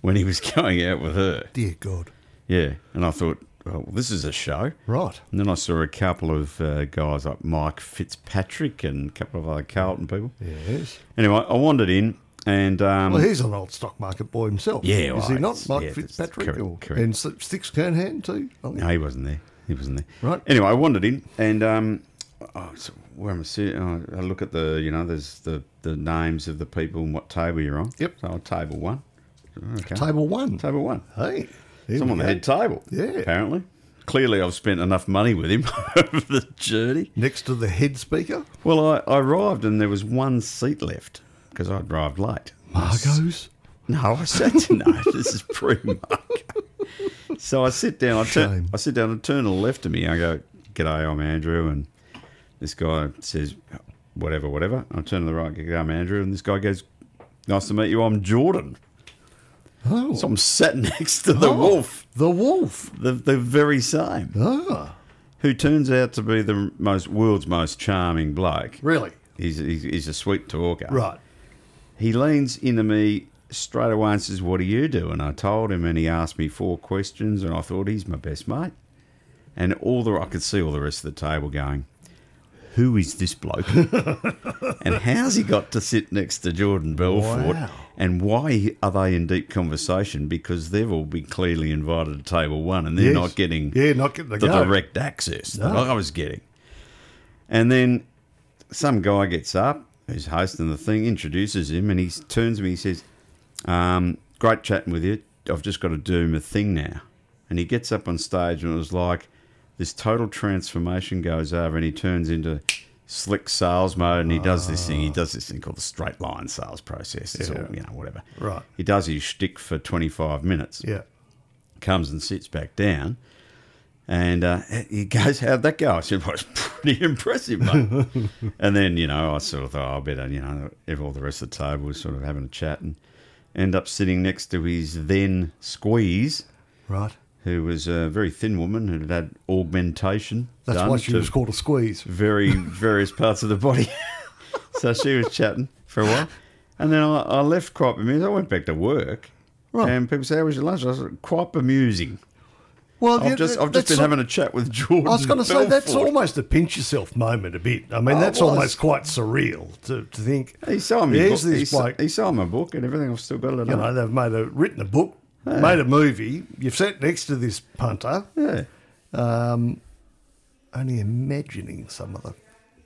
[SPEAKER 2] when he was going out with her.
[SPEAKER 1] Dear God.
[SPEAKER 2] Yeah, and I thought, well, this is a show.
[SPEAKER 1] Right.
[SPEAKER 2] And then I saw a couple of uh, guys like Mike Fitzpatrick and a couple of other Carlton people.
[SPEAKER 1] Yes.
[SPEAKER 2] Anyway, I wandered in and um,
[SPEAKER 1] Well, he's an old stock market boy himself.
[SPEAKER 2] Yeah,
[SPEAKER 1] is
[SPEAKER 2] well,
[SPEAKER 1] he not?
[SPEAKER 2] it's-
[SPEAKER 1] Mike
[SPEAKER 2] yeah, that's
[SPEAKER 1] Fitzpatrick
[SPEAKER 2] correct,
[SPEAKER 1] or,
[SPEAKER 2] correct.
[SPEAKER 1] and S- Six Kernhan too. I think.
[SPEAKER 2] no, he wasn't there. He wasn't there.
[SPEAKER 1] Right.
[SPEAKER 2] Anyway, I wandered in and um, oh, so where am I sitting? Oh, I look at the you know there's the the names of the people and what table you're on.
[SPEAKER 1] Yep.
[SPEAKER 2] So table one. Okay.
[SPEAKER 1] Table one.
[SPEAKER 2] Table one.
[SPEAKER 1] Hey, there
[SPEAKER 2] It's on
[SPEAKER 1] we
[SPEAKER 2] the
[SPEAKER 1] go.
[SPEAKER 2] head table.
[SPEAKER 1] Yeah.
[SPEAKER 2] Apparently. Clearly, I've spent enough money with him over the journey.
[SPEAKER 1] next to the head speaker.
[SPEAKER 2] Well, I, I arrived and there was one seat left because I arrived late.
[SPEAKER 1] Margot's.
[SPEAKER 2] No, I said no. This is pre market. So I sit down. I, turn,
[SPEAKER 1] Shame.
[SPEAKER 2] I sit down and turn to the left of me. I go, "G'day, I'm Andrew." And this guy says, "Whatever, whatever." I turn to the right. "G'day, I'm Andrew." And this guy goes, "Nice to meet you. I'm Jordan."
[SPEAKER 1] Oh,
[SPEAKER 2] So I'm sat next to the
[SPEAKER 1] Oh,
[SPEAKER 2] wolf,
[SPEAKER 1] The wolf.
[SPEAKER 2] the, the very same,
[SPEAKER 1] Ah,
[SPEAKER 2] who turns out to be the most world's most charming bloke.
[SPEAKER 1] really?
[SPEAKER 2] He's, he's, he's a sweet talker.
[SPEAKER 1] Right.
[SPEAKER 2] He leans into me straight away and says, What do you do? And I told him, and he asked me four questions, and I thought, He's my best mate. And all the I could see all the rest of the table going, Who is this bloke? and how's he got to sit next to Jordan Belfort?
[SPEAKER 1] Wow.
[SPEAKER 2] And why are they in deep conversation? Because they've all been clearly invited to table one, and they're
[SPEAKER 1] Yes.
[SPEAKER 2] not getting
[SPEAKER 1] Yeah, not getting the
[SPEAKER 2] the
[SPEAKER 1] go.
[SPEAKER 2] direct access that I was getting. And then some guy gets up who's hosting the thing, introduces him, and he s- turns to me. He says, um, "Great chatting with you. I've just got to do my thing now." And he gets up on stage, and it was like this total transformation goes over, and he turns into slick sales mode, and he does this thing. He does this thing called the straight line sales process. It's all you know, whatever.
[SPEAKER 1] Right.
[SPEAKER 2] He does his shtick for twenty five minutes
[SPEAKER 1] Yeah.
[SPEAKER 2] comes and sits back down. And uh, he goes, How'd that go? I said, Well, it's pretty impressive, mate. and then, you know, I sort of thought, oh, I better, you know, if all the rest of the table was sort of having a chat and end up sitting next to his then squeeze,
[SPEAKER 1] Right.
[SPEAKER 2] who was a very thin woman who had had augmentation.
[SPEAKER 1] That's
[SPEAKER 2] done
[SPEAKER 1] why she
[SPEAKER 2] to
[SPEAKER 1] was called a squeeze.
[SPEAKER 2] very various parts of the body. so she was chatting for a while, and then I, I left quite bemused. I went back to work,
[SPEAKER 1] Right.
[SPEAKER 2] and people say, "How was your lunch?" I said, "Quite bemusing."
[SPEAKER 1] Well,
[SPEAKER 2] I've
[SPEAKER 1] yeah,
[SPEAKER 2] just I've
[SPEAKER 1] that's
[SPEAKER 2] just been
[SPEAKER 1] sort-
[SPEAKER 2] having a chat with George.
[SPEAKER 1] I was going to say that's
[SPEAKER 2] Belfort.
[SPEAKER 1] almost a pinch yourself moment a bit. I mean,
[SPEAKER 2] Oh, it
[SPEAKER 1] that's
[SPEAKER 2] was.
[SPEAKER 1] almost quite surreal to, to think.
[SPEAKER 2] He signed me.
[SPEAKER 1] Here's
[SPEAKER 2] book. He,
[SPEAKER 1] this
[SPEAKER 2] s-
[SPEAKER 1] bloke.
[SPEAKER 2] he signed my book and everything. I've still got it. at
[SPEAKER 1] You
[SPEAKER 2] home.
[SPEAKER 1] know, they've made a written a book, made a movie. You've sat next to this punter.
[SPEAKER 2] yeah.
[SPEAKER 1] Um, only imagining some of the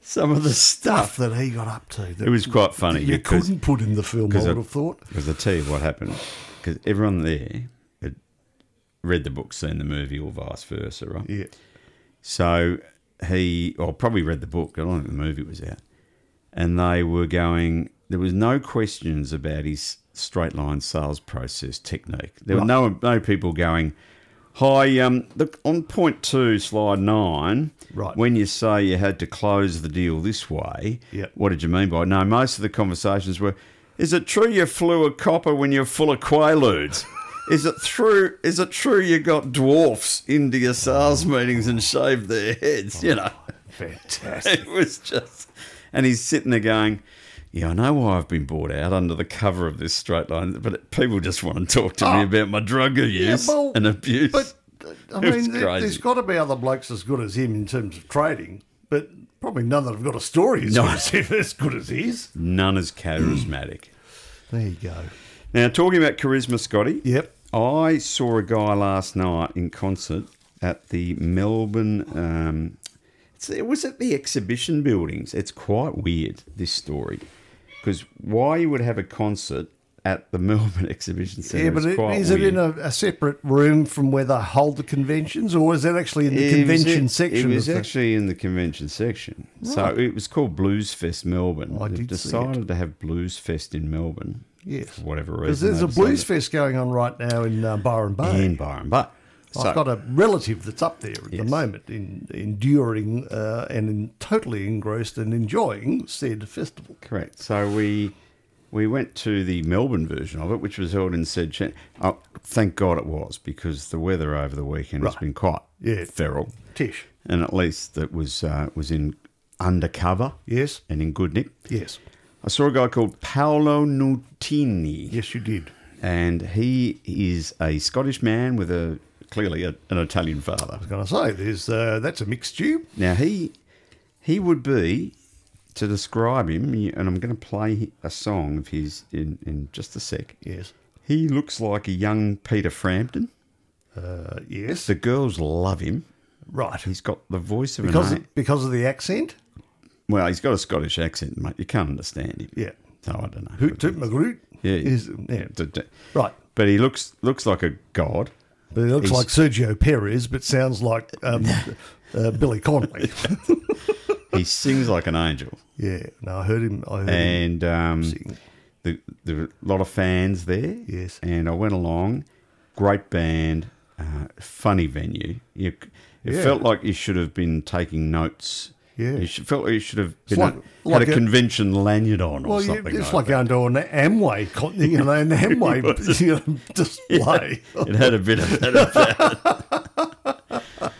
[SPEAKER 2] Some of the
[SPEAKER 1] stuff
[SPEAKER 2] stuff.
[SPEAKER 1] that he got up to that
[SPEAKER 2] It was quite funny
[SPEAKER 1] you
[SPEAKER 2] because
[SPEAKER 1] couldn't put in the film. I
[SPEAKER 2] I-
[SPEAKER 1] would have thought.
[SPEAKER 2] Because I tell you what happened. Because everyone there had read the book, seen the movie, or vice versa, right?
[SPEAKER 1] Yeah.
[SPEAKER 2] So he, or probably read the book. I don't think the movie was out. And they were going. There was no questions about his straight line sales process technique. There were no no people going. Hi, um, look on point two, slide nine.
[SPEAKER 1] Right.
[SPEAKER 2] When you say you had to close the deal this way,
[SPEAKER 1] Yep.
[SPEAKER 2] what did you mean by? No, most of the conversations were. Is it true you flew a copper when you're full of quaaludes? Is it true? Is it true you got dwarfs into your sales meetings and shaved their heads? You know,
[SPEAKER 1] Fantastic.
[SPEAKER 2] it was just. And he's sitting there going, "Yeah, I know why I've been bought out under the cover of this straight line, but people just want to talk to me about my drug abuse
[SPEAKER 1] Oh. well,
[SPEAKER 2] and abuse."
[SPEAKER 1] But uh, I
[SPEAKER 2] It was
[SPEAKER 1] mean, there,
[SPEAKER 2] crazy.
[SPEAKER 1] there's got to be other blokes as good as him in terms of trading, but probably none that have got a story as,
[SPEAKER 2] No.
[SPEAKER 1] good, as him, as good as his.
[SPEAKER 2] None as charismatic.
[SPEAKER 1] There you go.
[SPEAKER 2] now, talking about charisma, Scotty.
[SPEAKER 1] Yep.
[SPEAKER 2] I saw a guy last night in concert at the Melbourne. Um, it's, it was at the exhibition buildings. It's quite weird this story, because why you would have a concert at the Melbourne Exhibition Centre?
[SPEAKER 1] Yeah, but
[SPEAKER 2] is
[SPEAKER 1] it,
[SPEAKER 2] quite
[SPEAKER 1] is
[SPEAKER 2] weird.
[SPEAKER 1] it in a, a separate room from where they hold the conventions, or is that actually in the
[SPEAKER 2] It was
[SPEAKER 1] convention
[SPEAKER 2] in-
[SPEAKER 1] section?
[SPEAKER 2] It was
[SPEAKER 1] of the-
[SPEAKER 2] actually in the convention section. So it was called Blues Fest Melbourne.
[SPEAKER 1] I
[SPEAKER 2] They've
[SPEAKER 1] did see it.
[SPEAKER 2] decided to have Blues Fest in Melbourne.
[SPEAKER 1] Yes.
[SPEAKER 2] For whatever
[SPEAKER 1] Because
[SPEAKER 2] reason.
[SPEAKER 1] there's a
[SPEAKER 2] they decided-
[SPEAKER 1] blues fest going on right now in uh, Byron Bay.
[SPEAKER 2] in Byron. But
[SPEAKER 1] I've got a relative that's up there at the
[SPEAKER 2] Yes.
[SPEAKER 1] moment, in, enduring uh, and in, totally engrossed and enjoying said festival.
[SPEAKER 2] Correct. So we we went to the Melbourne version of it, which was held in said. Chan- oh, thank God it was because the weather over the weekend has
[SPEAKER 1] Right.
[SPEAKER 2] been quite
[SPEAKER 1] Yeah.
[SPEAKER 2] feral,
[SPEAKER 1] Tish,
[SPEAKER 2] and at least that was uh, was in undercover
[SPEAKER 1] yes,
[SPEAKER 2] and in good nick.
[SPEAKER 1] yes,
[SPEAKER 2] I saw a guy called Paolo Nutini,
[SPEAKER 1] yes, you did.
[SPEAKER 2] and he is a Scottish man with a clearly a, an Italian father.
[SPEAKER 1] I was going to say, there's uh, that's a mixed stew.
[SPEAKER 2] Now he he would be to describe him, and I'm going to play a song of his in, in just a sec.
[SPEAKER 1] Yes,
[SPEAKER 2] He looks like a young Peter Frampton.
[SPEAKER 1] uh, yes,
[SPEAKER 2] The girls love him.
[SPEAKER 1] right.
[SPEAKER 2] He's got the voice of
[SPEAKER 1] Because
[SPEAKER 2] an. a-
[SPEAKER 1] of, because of the accent.
[SPEAKER 2] Well, he's got a Scottish accent, mate. You can't understand him.
[SPEAKER 1] Yeah.
[SPEAKER 2] So I don't know.
[SPEAKER 1] Hoot toot magroot.
[SPEAKER 2] Yeah.
[SPEAKER 1] Is, yeah.
[SPEAKER 2] D- d-
[SPEAKER 1] Right.
[SPEAKER 2] But he looks looks like a god.
[SPEAKER 1] But it looks
[SPEAKER 2] He's-
[SPEAKER 1] like Sergio Perez, but sounds like um, uh, Billy Connolly.
[SPEAKER 2] He sings like an angel,
[SPEAKER 1] yeah. No, I heard him. I heard him.
[SPEAKER 2] and um,
[SPEAKER 1] Sing.
[SPEAKER 2] the, there were a lot of fans there.
[SPEAKER 1] Yes.
[SPEAKER 2] And I went along. Great band, uh, funny venue. You, it
[SPEAKER 1] Yeah.
[SPEAKER 2] felt like you should have been taking notes.
[SPEAKER 1] Yeah.
[SPEAKER 2] It should, felt like you should have been
[SPEAKER 1] like-
[SPEAKER 2] had
[SPEAKER 1] like
[SPEAKER 2] a,
[SPEAKER 1] a-
[SPEAKER 2] convention lanyard on or
[SPEAKER 1] Well, you,
[SPEAKER 2] something.
[SPEAKER 1] it's
[SPEAKER 2] like
[SPEAKER 1] like going to an Amway, con- you know, an Amway you know, display.
[SPEAKER 2] It had a bit of that about it.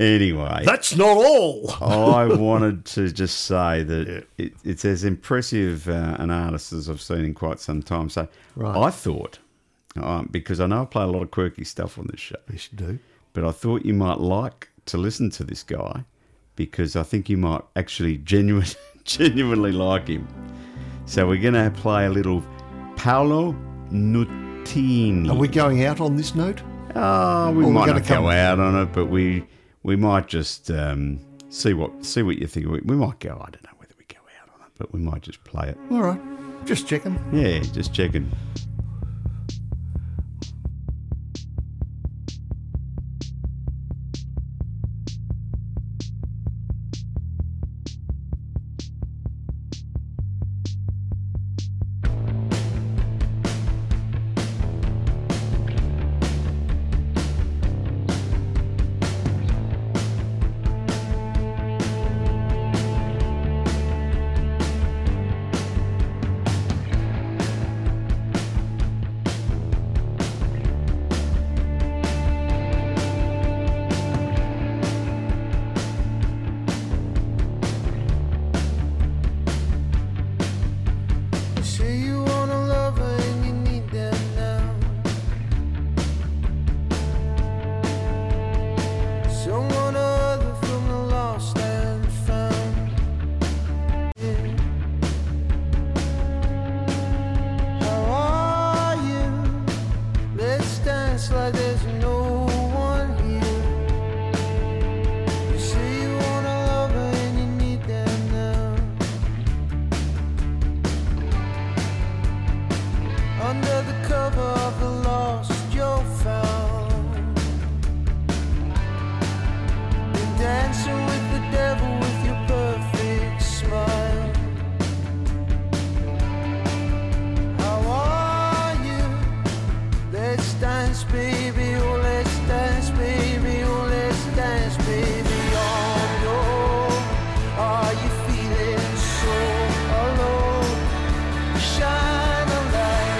[SPEAKER 2] anyway,
[SPEAKER 1] That's not all.
[SPEAKER 2] I wanted to just say that it, it's as impressive uh, an artist as I've seen in quite some time. So
[SPEAKER 1] Right.
[SPEAKER 2] I thought, um, because I know I play a lot of quirky stuff on this show,
[SPEAKER 1] Yes, you do.
[SPEAKER 2] but I thought you might like to listen to this guy because I think you might actually genuine, genuinely like him. So we're going to play a little Paolo Nutini.
[SPEAKER 1] Are we going out on this note?
[SPEAKER 2] Oh, we
[SPEAKER 1] Or we're
[SPEAKER 2] might
[SPEAKER 1] gonna
[SPEAKER 2] not go
[SPEAKER 1] come-
[SPEAKER 2] out on it, but we we might just um, see what see what you think. We, we might go. I don't know whether we but we might just play it.
[SPEAKER 1] All right. Just checking.
[SPEAKER 2] Yeah, just checking.
[SPEAKER 3] You say you want a lover and you need them now. Someone other from the lost and found. How are you? Let's dance like there's no one here. You say you want a lover and you need them now. Under the cover of the lost, you're found. Been dancing with the devil with your perfect smile. How are you? Let's dance, baby. Oh, let's dance, baby. Oh, let's dance, baby. On your, are you feeling so alone? Shine a light.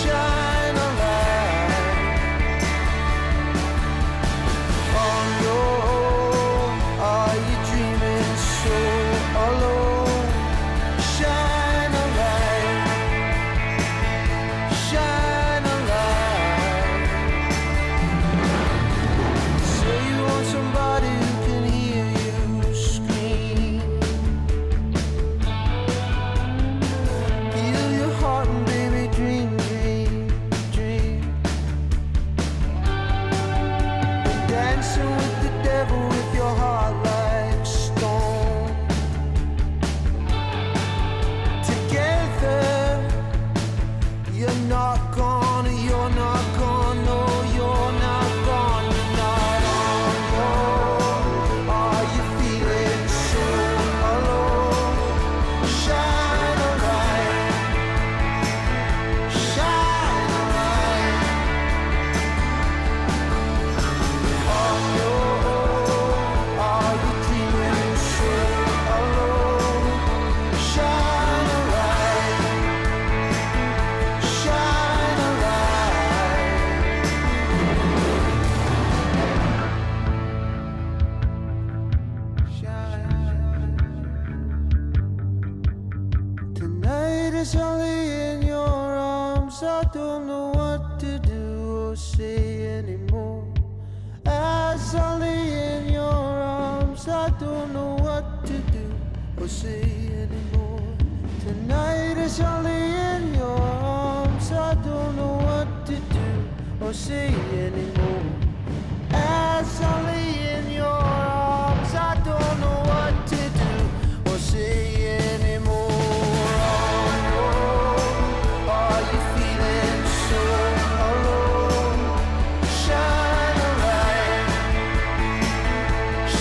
[SPEAKER 3] Shine a light. On your own, are you dreaming so alone? Shine a light. Shine a light. Say you want somebody who can hear you scream. Heal your heart and baby dream, dream, dream. Been dancing with the devil with your heart like stone. Together, you're not gonna, you're not gonna, no, you're not gonna, you're not on your own. Are you feeling so alone? Shine a light, shine a light on your own. Are you dreaming so alone? Shine a light, shine a light. Tonight is only in your arms. I don't know what to do or say anymore. As only in your arms, I don't know what to do or say anymore. Tonight is only in your arms. I don't know what to do or say anymore. As only in your arms, I don't know what to do or say anymore. Oh, no, are you feeling so alone? Shine a light,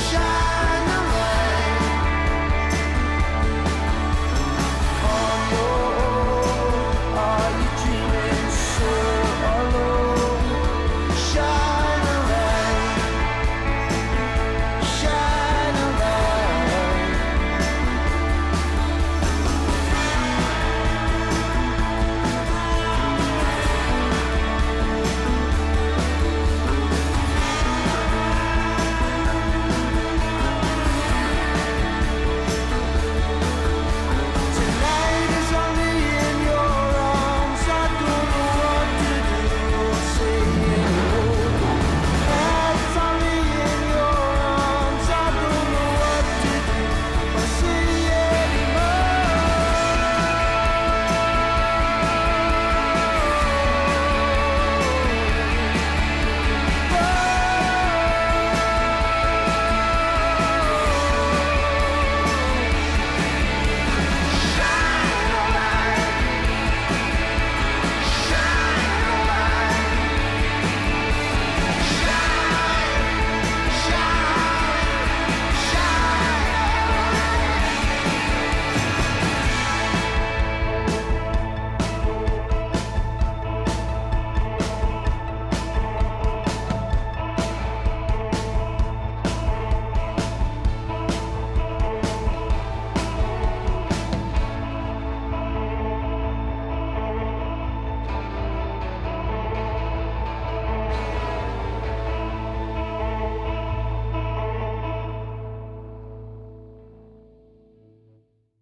[SPEAKER 3] shine a light. On your own, are you dreaming so alone? Shine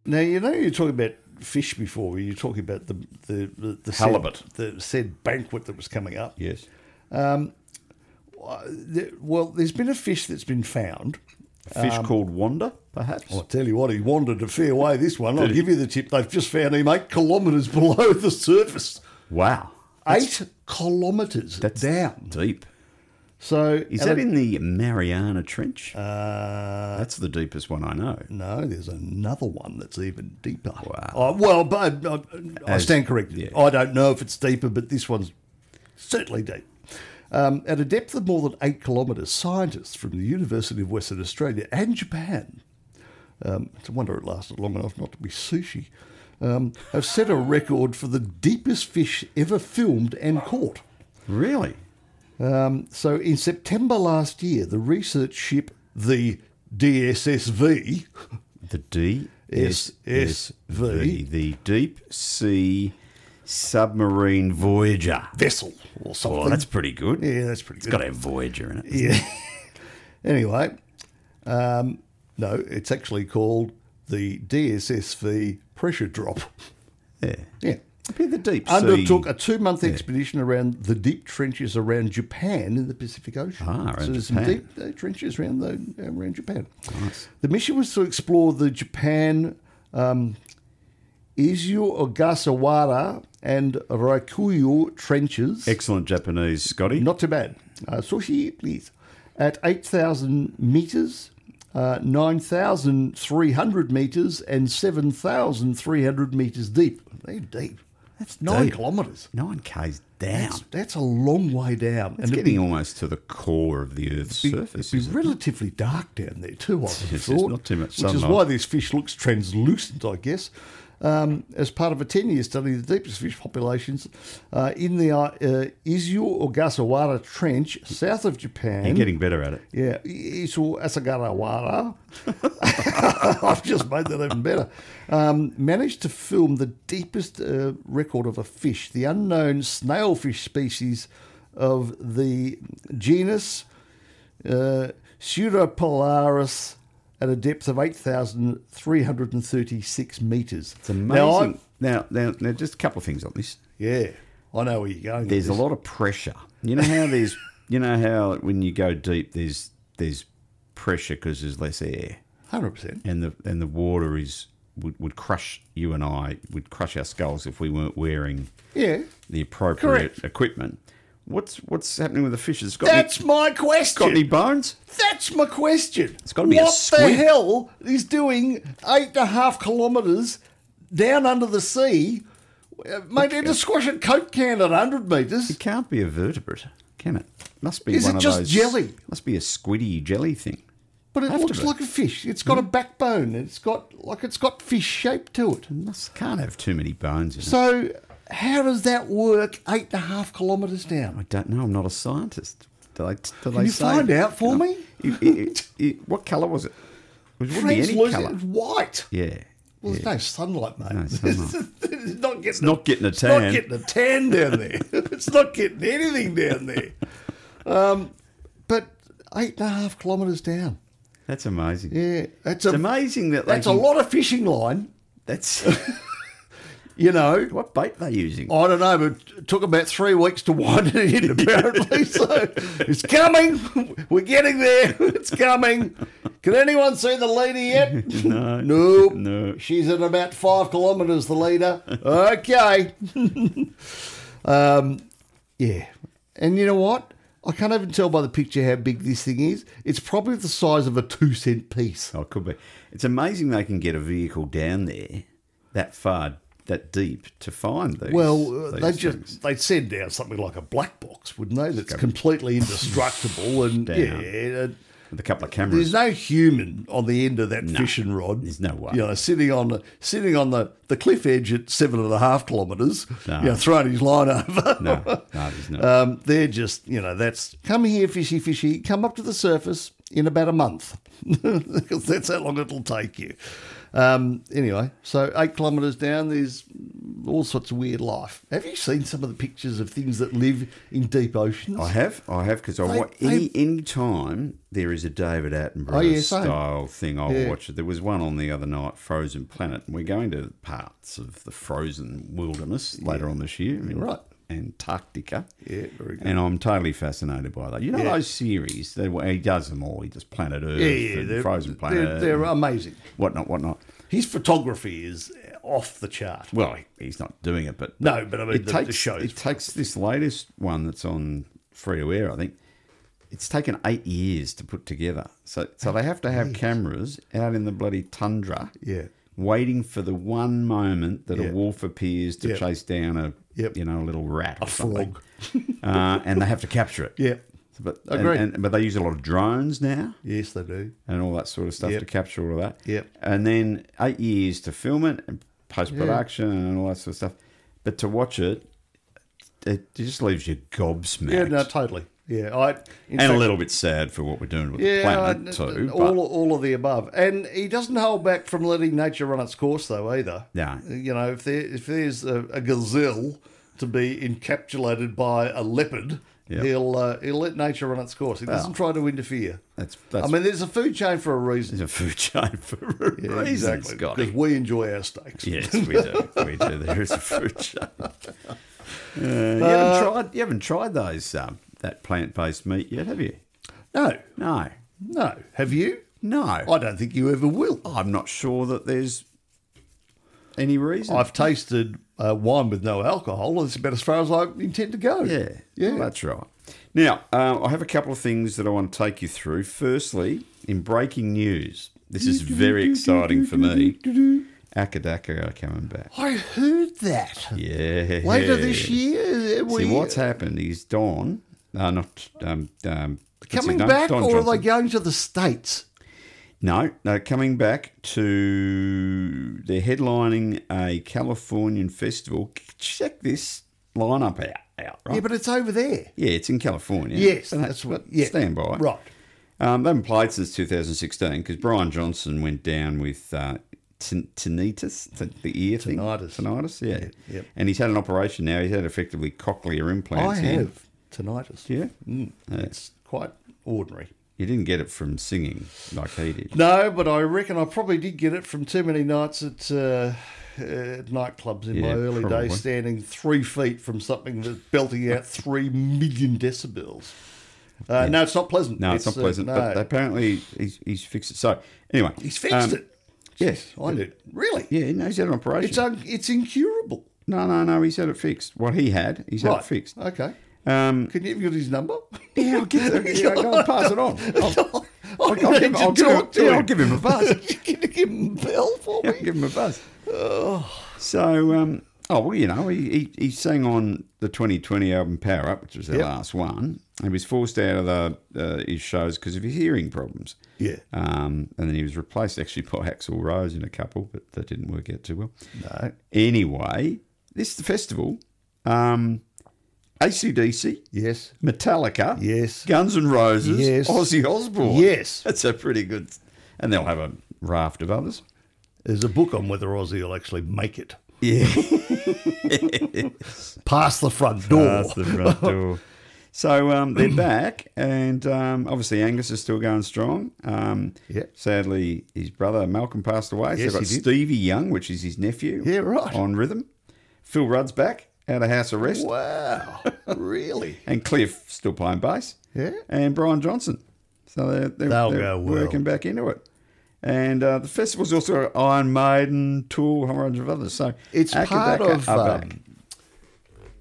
[SPEAKER 1] Now you know you talking about fish before. You were talking about the the the, the said-
[SPEAKER 2] Halibut.
[SPEAKER 1] the said banquet that was coming up.
[SPEAKER 2] Yes.
[SPEAKER 1] There- Well, there's been a fish that's been found.
[SPEAKER 2] A
[SPEAKER 1] Um,
[SPEAKER 2] fish called Wanda, Oh, perhaps.
[SPEAKER 1] I'll tell you what, he wandered a fair way this one. I'll give you the tip. They've just found him eight kilometres below the surface.
[SPEAKER 2] Wow.
[SPEAKER 1] Eight kilometres down.
[SPEAKER 2] Deep.
[SPEAKER 1] So
[SPEAKER 2] Is
[SPEAKER 1] and
[SPEAKER 2] that
[SPEAKER 1] it-
[SPEAKER 2] in the Mariana Trench?
[SPEAKER 1] Uh,
[SPEAKER 2] That's the deepest one I know.
[SPEAKER 1] no, there's another one that's even deeper.
[SPEAKER 2] Wow.
[SPEAKER 1] Oh, well, but I, I
[SPEAKER 2] As-
[SPEAKER 1] stand corrected.
[SPEAKER 2] yeah.
[SPEAKER 1] I don't know if it's deeper, but this one's certainly deep. Um, at a depth of more than eight kilometres, scientists from the University of Western Australia and Japan um, It's a wonder it lasted long enough not to be sushi. Um, have set a record for the deepest fish ever filmed and caught.
[SPEAKER 2] Really?
[SPEAKER 1] So in September last year, the research ship, the DSSV,
[SPEAKER 2] The D
[SPEAKER 1] S- S- V.
[SPEAKER 2] the Deep Sea Submarine Voyager.
[SPEAKER 1] vessel or something.
[SPEAKER 2] Well, that's pretty good.
[SPEAKER 1] yeah, that's pretty
[SPEAKER 2] It's
[SPEAKER 1] good.
[SPEAKER 2] got to have Voyager in it.
[SPEAKER 1] yeah. anyway, um, no, it's actually called the DSSV pressure drop.
[SPEAKER 2] Yeah.
[SPEAKER 1] Yeah.
[SPEAKER 2] It'd be the Deep Sea.
[SPEAKER 1] undertook a two-month expedition around the deep trenches around Japan in the Pacific Ocean.
[SPEAKER 2] Ah, around
[SPEAKER 1] so there's some
[SPEAKER 2] Japan.
[SPEAKER 1] deep uh, trenches around the, around Japan. The mission was to explore the Japan um, Izu Ogasawara and Raikuyu trenches.
[SPEAKER 2] Excellent Japanese, Scotty.
[SPEAKER 1] Not too bad. Uh, sushi, please. At 8,000 metres, uh, 9,300 metres, and 7,300 metres deep. They're deep. That's nine
[SPEAKER 2] deep.
[SPEAKER 1] kilometres.
[SPEAKER 2] Nine k's down.
[SPEAKER 1] That's, that's a long way down.
[SPEAKER 2] it's
[SPEAKER 1] and
[SPEAKER 2] getting almost to the core of the Earth's
[SPEAKER 1] it'd be,
[SPEAKER 2] surface.
[SPEAKER 1] it'd
[SPEAKER 2] is
[SPEAKER 1] be
[SPEAKER 2] it?
[SPEAKER 1] relatively dark down there too, I would have
[SPEAKER 2] Yes, there's
[SPEAKER 1] thought.
[SPEAKER 2] not too much
[SPEAKER 1] Which is
[SPEAKER 2] sunlight.
[SPEAKER 1] why this fish looks translucent, I guess. Um, as part of a 10-year study of the deepest fish populations uh, in the uh, Izu Ogasawara Trench, south of Japan.
[SPEAKER 2] You're getting better at it.
[SPEAKER 1] Yeah, Isu Asagarawara. I've just made that even better. Um, managed to film the deepest uh, record of a fish, the unknown snailfish species of the genus uh, Pseudopolaris at a depth of 8,336 metres.
[SPEAKER 2] It's amazing.
[SPEAKER 1] Now, I'm-
[SPEAKER 2] Now, now, now, just a couple of things on this.
[SPEAKER 1] yeah, I know where you're going. with
[SPEAKER 2] There's a
[SPEAKER 1] this.
[SPEAKER 2] lot of pressure. You know how there's, you know how when you go deep, there's there's pressure because there's less air,
[SPEAKER 1] 100%.
[SPEAKER 2] and the and the water is would, would crush you and I would crush our skulls if we weren't wearing
[SPEAKER 1] Yeah.
[SPEAKER 2] the appropriate
[SPEAKER 1] Correct.
[SPEAKER 2] equipment. What's what's happening with the fish? It's got
[SPEAKER 1] That's
[SPEAKER 2] any,
[SPEAKER 1] my question.
[SPEAKER 2] got any bones?
[SPEAKER 1] That's my question. It's
[SPEAKER 2] gotta be a
[SPEAKER 1] what the
[SPEAKER 2] squid.
[SPEAKER 1] hell is doing eight and a half kilometres down under the sea? Uh, Mate, they're just squashing Coke can at 100 metres.
[SPEAKER 2] It can't be a vertebrate, can it? Must be
[SPEAKER 1] Is it
[SPEAKER 2] one of
[SPEAKER 1] just
[SPEAKER 2] those
[SPEAKER 1] jelly?
[SPEAKER 2] Must be a squiddy jelly thing.
[SPEAKER 1] But it
[SPEAKER 2] have to
[SPEAKER 1] looks
[SPEAKER 2] be. Hmm?
[SPEAKER 1] like a fish. It's got a backbone. It's got like it's got fish shape to it.
[SPEAKER 2] Must can't have too many bones in it.
[SPEAKER 1] So how does that work? Eight and a half kilometres down.
[SPEAKER 2] I don't know. I'm not a scientist. Do they, do they
[SPEAKER 1] you
[SPEAKER 2] say-
[SPEAKER 1] find out for
[SPEAKER 2] No.
[SPEAKER 1] me?
[SPEAKER 2] It- it- it- what colour was it? It was wouldn't be any
[SPEAKER 1] Translucent.
[SPEAKER 2] colour.
[SPEAKER 1] It's white.
[SPEAKER 2] Yeah.
[SPEAKER 1] Well, there's no sunlight, mate.
[SPEAKER 2] No sunlight.
[SPEAKER 1] it's not getting
[SPEAKER 2] not getting a
[SPEAKER 1] it's
[SPEAKER 2] tan.
[SPEAKER 1] not getting a tan down there. it's not getting anything down there. Um, but eight and a half kilometres down.
[SPEAKER 2] That's amazing.
[SPEAKER 1] Yeah, that's
[SPEAKER 2] It's
[SPEAKER 1] a,
[SPEAKER 2] amazing that they
[SPEAKER 1] that's
[SPEAKER 2] can-
[SPEAKER 1] a lot of fishing line.
[SPEAKER 2] That's
[SPEAKER 1] You know,
[SPEAKER 2] what bait they're using.
[SPEAKER 1] I don't know, but it took about three weeks to wind it in, apparently. so it's coming. We're getting there. It's coming. Can anyone see the leader yet?
[SPEAKER 2] No.
[SPEAKER 1] Nope.
[SPEAKER 2] No.
[SPEAKER 1] She's at about five kilometres, the leader. Okay. um, yeah. And you know what? I can't even tell by the picture how big this thing is. It's probably the size of a two cent piece.
[SPEAKER 2] Oh, it could be. It's amazing they can get a vehicle down there that far, that deep to find these.
[SPEAKER 1] Well, uh,
[SPEAKER 2] these
[SPEAKER 1] they
[SPEAKER 2] things.
[SPEAKER 1] just they'd send down something like a black box, wouldn't they? That's completely indestructible and
[SPEAKER 2] Down.
[SPEAKER 1] yeah. uh,
[SPEAKER 2] with a couple of
[SPEAKER 1] There's
[SPEAKER 2] cameras.
[SPEAKER 1] no human on the end of that fishing rod.
[SPEAKER 2] There's no way.
[SPEAKER 1] You know, sitting on the sitting on the, the cliff edge at seven and a half kilometres.
[SPEAKER 2] No.
[SPEAKER 1] You know, throwing his line over.
[SPEAKER 2] No, no, there's not.
[SPEAKER 1] Um, they're just, you know, that's come here, fishy, fishy, come up to the surface in about a month. Because that's how long it'll take you. Um, anyway, so eight kilometres down, there's all sorts of weird life. Have you seen some of the pictures of things that live in deep oceans?
[SPEAKER 2] I have, I have, because I
[SPEAKER 1] They-
[SPEAKER 2] want any any time there is a David Attenborough
[SPEAKER 1] Oh, yeah, same.
[SPEAKER 2] style thing, I'll
[SPEAKER 1] Yeah.
[SPEAKER 2] watch it. There was one on the other night, Frozen Planet, and we're going to parts of the frozen wilderness later on this year in
[SPEAKER 1] Right.
[SPEAKER 2] Antarctica.
[SPEAKER 1] Yeah, very good.
[SPEAKER 2] And I'm totally fascinated by that. You know
[SPEAKER 1] Yeah.
[SPEAKER 2] those series that well, he does them all. He does Planet Earth,
[SPEAKER 1] yeah, yeah,
[SPEAKER 2] and
[SPEAKER 1] they're,
[SPEAKER 2] Frozen Planet,
[SPEAKER 1] they're, they're
[SPEAKER 2] and
[SPEAKER 1] amazing.
[SPEAKER 2] whatnot, whatnot.
[SPEAKER 1] His photography is off the chart.
[SPEAKER 2] Well, he- he's not doing it, but
[SPEAKER 1] No, but I mean,
[SPEAKER 2] it
[SPEAKER 1] the,
[SPEAKER 2] takes
[SPEAKER 1] the show.
[SPEAKER 2] it takes this latest one that's on free to air. I think it's taken eight years to put together. So so they have to have cameras out in the bloody tundra,
[SPEAKER 1] Yeah.
[SPEAKER 2] waiting for the one moment that
[SPEAKER 1] Yeah.
[SPEAKER 2] a wolf appears to
[SPEAKER 1] Yep.
[SPEAKER 2] chase down a
[SPEAKER 1] Yep.
[SPEAKER 2] you know a little rat or something,
[SPEAKER 1] frog.
[SPEAKER 2] uh, and they have to capture it.
[SPEAKER 1] Yeah.
[SPEAKER 2] But
[SPEAKER 1] Agree.
[SPEAKER 2] And, and, but they use a lot of drones now
[SPEAKER 1] Yes, they do.
[SPEAKER 2] and all that sort of stuff
[SPEAKER 1] Yep.
[SPEAKER 2] to capture all of that.
[SPEAKER 1] Yep.
[SPEAKER 2] And then eight years to film it and post production and all that sort of stuff. But to watch it, it just leaves you gobsmacked.
[SPEAKER 1] Yeah, no, totally. Yeah, I in
[SPEAKER 2] and a
[SPEAKER 1] fact-
[SPEAKER 2] little bit sad for what we're doing with
[SPEAKER 1] Yeah,
[SPEAKER 2] the planet,
[SPEAKER 1] I-
[SPEAKER 2] too.
[SPEAKER 1] all
[SPEAKER 2] but-
[SPEAKER 1] all of the above, and he doesn't hold back from letting nature run its course, though either.
[SPEAKER 2] No.
[SPEAKER 1] you know, if there if there's a, a gazelle to be encapsulated by a leopard,
[SPEAKER 2] Yeah.
[SPEAKER 1] he'll uh, he'll let nature run its course. He doesn't try to interfere.
[SPEAKER 2] that's, that's
[SPEAKER 1] I mean, there's a food chain for a reason.
[SPEAKER 2] there's a food chain for a
[SPEAKER 1] Yeah,
[SPEAKER 2] reason,
[SPEAKER 1] exactly,
[SPEAKER 2] Scotty.
[SPEAKER 1] because we enjoy our steaks.
[SPEAKER 2] Yes, we do. We do. There is a food chain. Uh, you
[SPEAKER 1] Uh,
[SPEAKER 2] haven't tried. You haven't tried those um, that plant-based meat yet, have you?
[SPEAKER 1] No,
[SPEAKER 2] No,
[SPEAKER 1] no. Have you?
[SPEAKER 2] no.
[SPEAKER 1] I don't think you ever will.
[SPEAKER 2] I'm not sure that there's any reason.
[SPEAKER 1] I've tasted uh, wine with no alcohol. That's about as far as I intend to go.
[SPEAKER 2] yeah,
[SPEAKER 1] yeah.
[SPEAKER 2] well, that's right. Now, um, I have a couple of things that I want to take you through. Firstly, in breaking news, this is very exciting for me. Akadaka are coming back.
[SPEAKER 1] I heard that.
[SPEAKER 2] Yeah.
[SPEAKER 1] Later this year, uh, we
[SPEAKER 2] See, what's happened is Don, uh, not um, um, what's his
[SPEAKER 1] coming
[SPEAKER 2] name?
[SPEAKER 1] back,
[SPEAKER 2] Don
[SPEAKER 1] or are
[SPEAKER 2] Johnson.
[SPEAKER 1] they going to the states?
[SPEAKER 2] No, no, coming back to they're headlining a Californian festival. Check this lineup out, out right?
[SPEAKER 1] Yeah,
[SPEAKER 2] Yeah,
[SPEAKER 1] but it's over there.
[SPEAKER 2] it's in California.
[SPEAKER 1] Yes,
[SPEAKER 2] And
[SPEAKER 1] that's what.
[SPEAKER 2] but
[SPEAKER 1] Yeah,
[SPEAKER 2] Stand by.
[SPEAKER 1] Right.
[SPEAKER 2] Um, they haven't played since 2016 because Brian Johnson went down with uh, tin- tinnitus, t- the ear thing.
[SPEAKER 1] Tinnitus.
[SPEAKER 2] Tinnitus, yeah.
[SPEAKER 1] yep.
[SPEAKER 2] And he's had an operation now. He's had effectively cochlear
[SPEAKER 1] I
[SPEAKER 2] implants in.
[SPEAKER 1] have tinnitus. Mm,
[SPEAKER 2] Yeah.
[SPEAKER 1] It's quite ordinary.
[SPEAKER 2] You didn't get it from singing like he did.
[SPEAKER 1] No, but I reckon I probably did get it from too many nights at, uh, at nightclubs in my
[SPEAKER 2] Yeah,
[SPEAKER 1] early
[SPEAKER 2] probably.
[SPEAKER 1] days, standing three feet from something that's belting out three million decibels. Uh, No, it's not pleasant.
[SPEAKER 2] No, it's, not pleasant.
[SPEAKER 1] Uh, no.
[SPEAKER 2] But apparently he's, he's fixed it. So anyway,
[SPEAKER 1] He's fixed
[SPEAKER 2] um,
[SPEAKER 1] it.
[SPEAKER 2] Yes.
[SPEAKER 1] I did. Really?
[SPEAKER 2] Yeah, no, he's had an operation.
[SPEAKER 1] It's un- it's incurable.
[SPEAKER 2] no, no, no. He's had it fixed. What he had, he's had
[SPEAKER 1] right.
[SPEAKER 2] it fixed.
[SPEAKER 1] Okay.
[SPEAKER 2] Um,
[SPEAKER 1] Can you have got his number?
[SPEAKER 2] yeah, I'll give it. yeah, I'll pass it on. I'll,
[SPEAKER 1] I
[SPEAKER 2] I'll give, him-
[SPEAKER 1] need
[SPEAKER 2] I'll
[SPEAKER 1] to
[SPEAKER 2] give him,
[SPEAKER 1] talk to
[SPEAKER 2] yeah, I'll
[SPEAKER 1] him.
[SPEAKER 2] give him a buzz.
[SPEAKER 1] Can you give him a bell for
[SPEAKER 2] Yeah,
[SPEAKER 1] me?
[SPEAKER 2] I'll give him a buzz. So, um, oh well, you know, he, he he sang on the 2020 album Power Up, which was their
[SPEAKER 1] Yep.
[SPEAKER 2] last one. He was forced out of the, uh, his shows because of his hearing problems.
[SPEAKER 1] Yeah.
[SPEAKER 2] Um, and then he was replaced actually by Axel Rose in a couple, but that didn't work out too well.
[SPEAKER 1] No.
[SPEAKER 2] Anyway, this is the festival. Um, ACDC,
[SPEAKER 1] Yes.
[SPEAKER 2] Metallica,
[SPEAKER 1] Yes.
[SPEAKER 2] Guns N' Roses,
[SPEAKER 1] Yes.
[SPEAKER 2] Ozzy Osbourne.
[SPEAKER 1] Yes.
[SPEAKER 2] That's a pretty good. And they'll have a raft of others.
[SPEAKER 1] There's a book on whether Ozzy will actually make it
[SPEAKER 2] Yeah.
[SPEAKER 1] past the front door.
[SPEAKER 2] Past the front door. So um, they're back, and um, obviously Angus is still going strong. Um,
[SPEAKER 1] Yeah.
[SPEAKER 2] Sadly, his brother Malcolm passed away.
[SPEAKER 1] Yes,
[SPEAKER 2] so they've
[SPEAKER 1] he
[SPEAKER 2] got
[SPEAKER 1] did.
[SPEAKER 2] Stevie Young, which is his nephew.
[SPEAKER 1] Yeah, right.
[SPEAKER 2] On rhythm. Phil Rudd's back, out of house arrest.
[SPEAKER 1] Wow. really?
[SPEAKER 2] And Cliff still playing bass.
[SPEAKER 1] Yeah.
[SPEAKER 2] And Brian Johnson. So they're, they're,
[SPEAKER 1] They'll
[SPEAKER 2] they're
[SPEAKER 1] go well.
[SPEAKER 2] working back into it. And uh, the festival's also Iron Maiden, Tool, a whole range of others. So
[SPEAKER 1] It's part
[SPEAKER 2] Akadaka
[SPEAKER 1] of.
[SPEAKER 2] are back.
[SPEAKER 1] Um,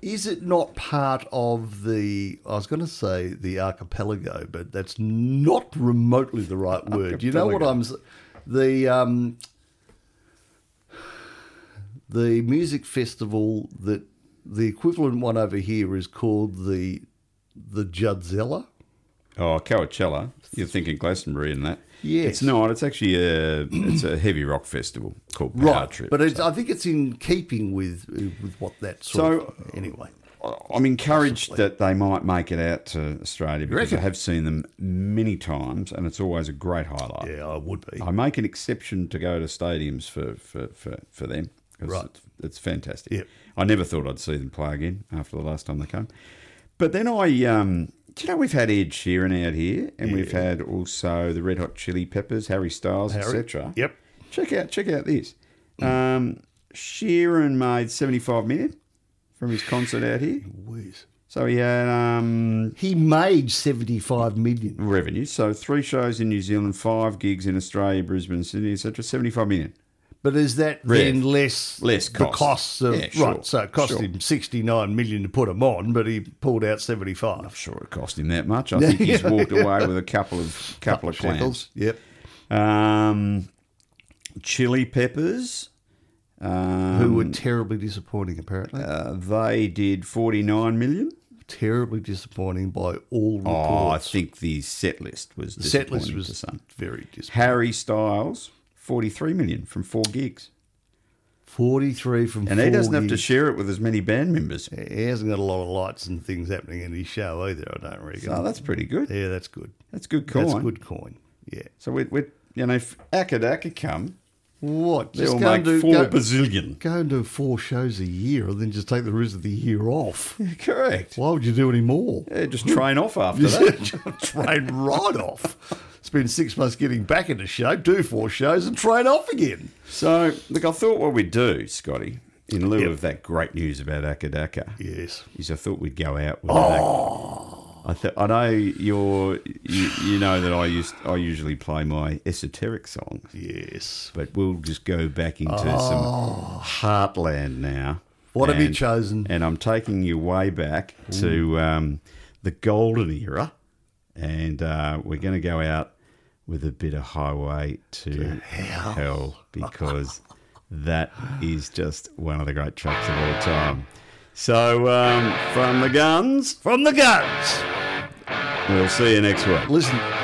[SPEAKER 1] is it not part of the? I was going to say the archipelago, but that's not remotely the right word. You know what
[SPEAKER 2] Archipelago.
[SPEAKER 1] I'm? s- The um, the music festival that the equivalent one over here is called the the Judzilla.
[SPEAKER 2] Oh, Coachella. You're thinking Glastonbury and that.
[SPEAKER 1] Yes.
[SPEAKER 2] It's not. It's actually a it's a heavy rock festival called Power
[SPEAKER 1] Right,
[SPEAKER 2] Trip.
[SPEAKER 1] but it's, I think it's in keeping with with what that sort
[SPEAKER 2] So-
[SPEAKER 1] of. Anyway,
[SPEAKER 2] I'm encouraged that they might make it out to Australia because I
[SPEAKER 1] reckon?
[SPEAKER 2] have seen them many times, and it's always a great highlight.
[SPEAKER 1] Yeah, I would be.
[SPEAKER 2] I make an exception to go to stadiums for for, for, for them. 'cause
[SPEAKER 1] Right.
[SPEAKER 2] It's, it's fantastic.
[SPEAKER 1] Yep.
[SPEAKER 2] I never thought I'd see them play again after the last time they came. But then I, um, do you know, we've had Ed Sheeran out here, and we've had also the Red Hot Chili Peppers, Harry Styles,
[SPEAKER 1] Harry.
[SPEAKER 2] etc.
[SPEAKER 1] Yep.
[SPEAKER 2] Check out check out this. Um, Sheeran made seventy five million from his concert out here.
[SPEAKER 1] Whiz.
[SPEAKER 2] So he had um,
[SPEAKER 1] He made 75 million.
[SPEAKER 2] revenue. So three shows in New Zealand, five gigs in Australia, Brisbane, Sydney, etc. Seventy-five million.
[SPEAKER 1] But is that
[SPEAKER 2] Rare.
[SPEAKER 1] then less,
[SPEAKER 2] Less
[SPEAKER 1] the
[SPEAKER 2] cost.
[SPEAKER 1] costs of.
[SPEAKER 2] Yeah, sure,
[SPEAKER 1] Right, so it cost
[SPEAKER 2] sure.
[SPEAKER 1] him 69 million to put him on, but he pulled out 75.
[SPEAKER 2] Sure, it cost him that much. I think he's walked away with a couple of couple of clams.
[SPEAKER 1] Shekels. Yep.
[SPEAKER 2] Um, Chili Peppers. Um,
[SPEAKER 1] Who were terribly disappointing, apparently.
[SPEAKER 2] uh, they did forty-nine million.
[SPEAKER 1] terribly disappointing by all
[SPEAKER 2] Oh, I
[SPEAKER 1] reports.
[SPEAKER 2] think the set list was
[SPEAKER 1] the set list
[SPEAKER 2] disappointing to
[SPEAKER 1] was
[SPEAKER 2] some.
[SPEAKER 1] very disappointing.
[SPEAKER 2] Harry Styles, 43 million from four gigs.
[SPEAKER 1] 43 from
[SPEAKER 2] And
[SPEAKER 1] four
[SPEAKER 2] he doesn't have to
[SPEAKER 1] years.
[SPEAKER 2] share it with as many band members.
[SPEAKER 1] He hasn't got a lot of lights and things happening in his show either, I don't reckon.
[SPEAKER 2] Oh, that's pretty good.
[SPEAKER 1] yeah, that's good.
[SPEAKER 2] That's good coin.
[SPEAKER 1] That's good coin. Yeah.
[SPEAKER 2] So we're, we're you know, if Akadaka come,
[SPEAKER 1] What?
[SPEAKER 2] they'll
[SPEAKER 1] Just go and,
[SPEAKER 2] make
[SPEAKER 1] do,
[SPEAKER 2] four
[SPEAKER 1] go,
[SPEAKER 2] bazillion.
[SPEAKER 1] go and do four shows a year and then just take the rest of the year off.
[SPEAKER 2] Correct.
[SPEAKER 1] Why would you do any more?
[SPEAKER 2] Yeah, just train off after that.
[SPEAKER 1] train right off. It's been six months getting back into show, do four shows and train off again.
[SPEAKER 2] So, look, I thought what we'd do, Scotty, in lieu of that great news about Akadaka,
[SPEAKER 1] Yes.
[SPEAKER 2] is I thought we'd go out with oh. I, th- I know you're, you, you know that I used I usually play my esoteric songs.
[SPEAKER 1] Yes.
[SPEAKER 2] but we'll just go back into some heartland now.
[SPEAKER 1] Oh. What have you chosen?
[SPEAKER 2] And I'm taking you way back to um, the golden era, and uh, we're going to go out with a bit of highway to, hell. because that is just one of the great tracks of all time. So um, from the guns,
[SPEAKER 1] From the guns.
[SPEAKER 2] we'll see you next week.
[SPEAKER 1] Listen,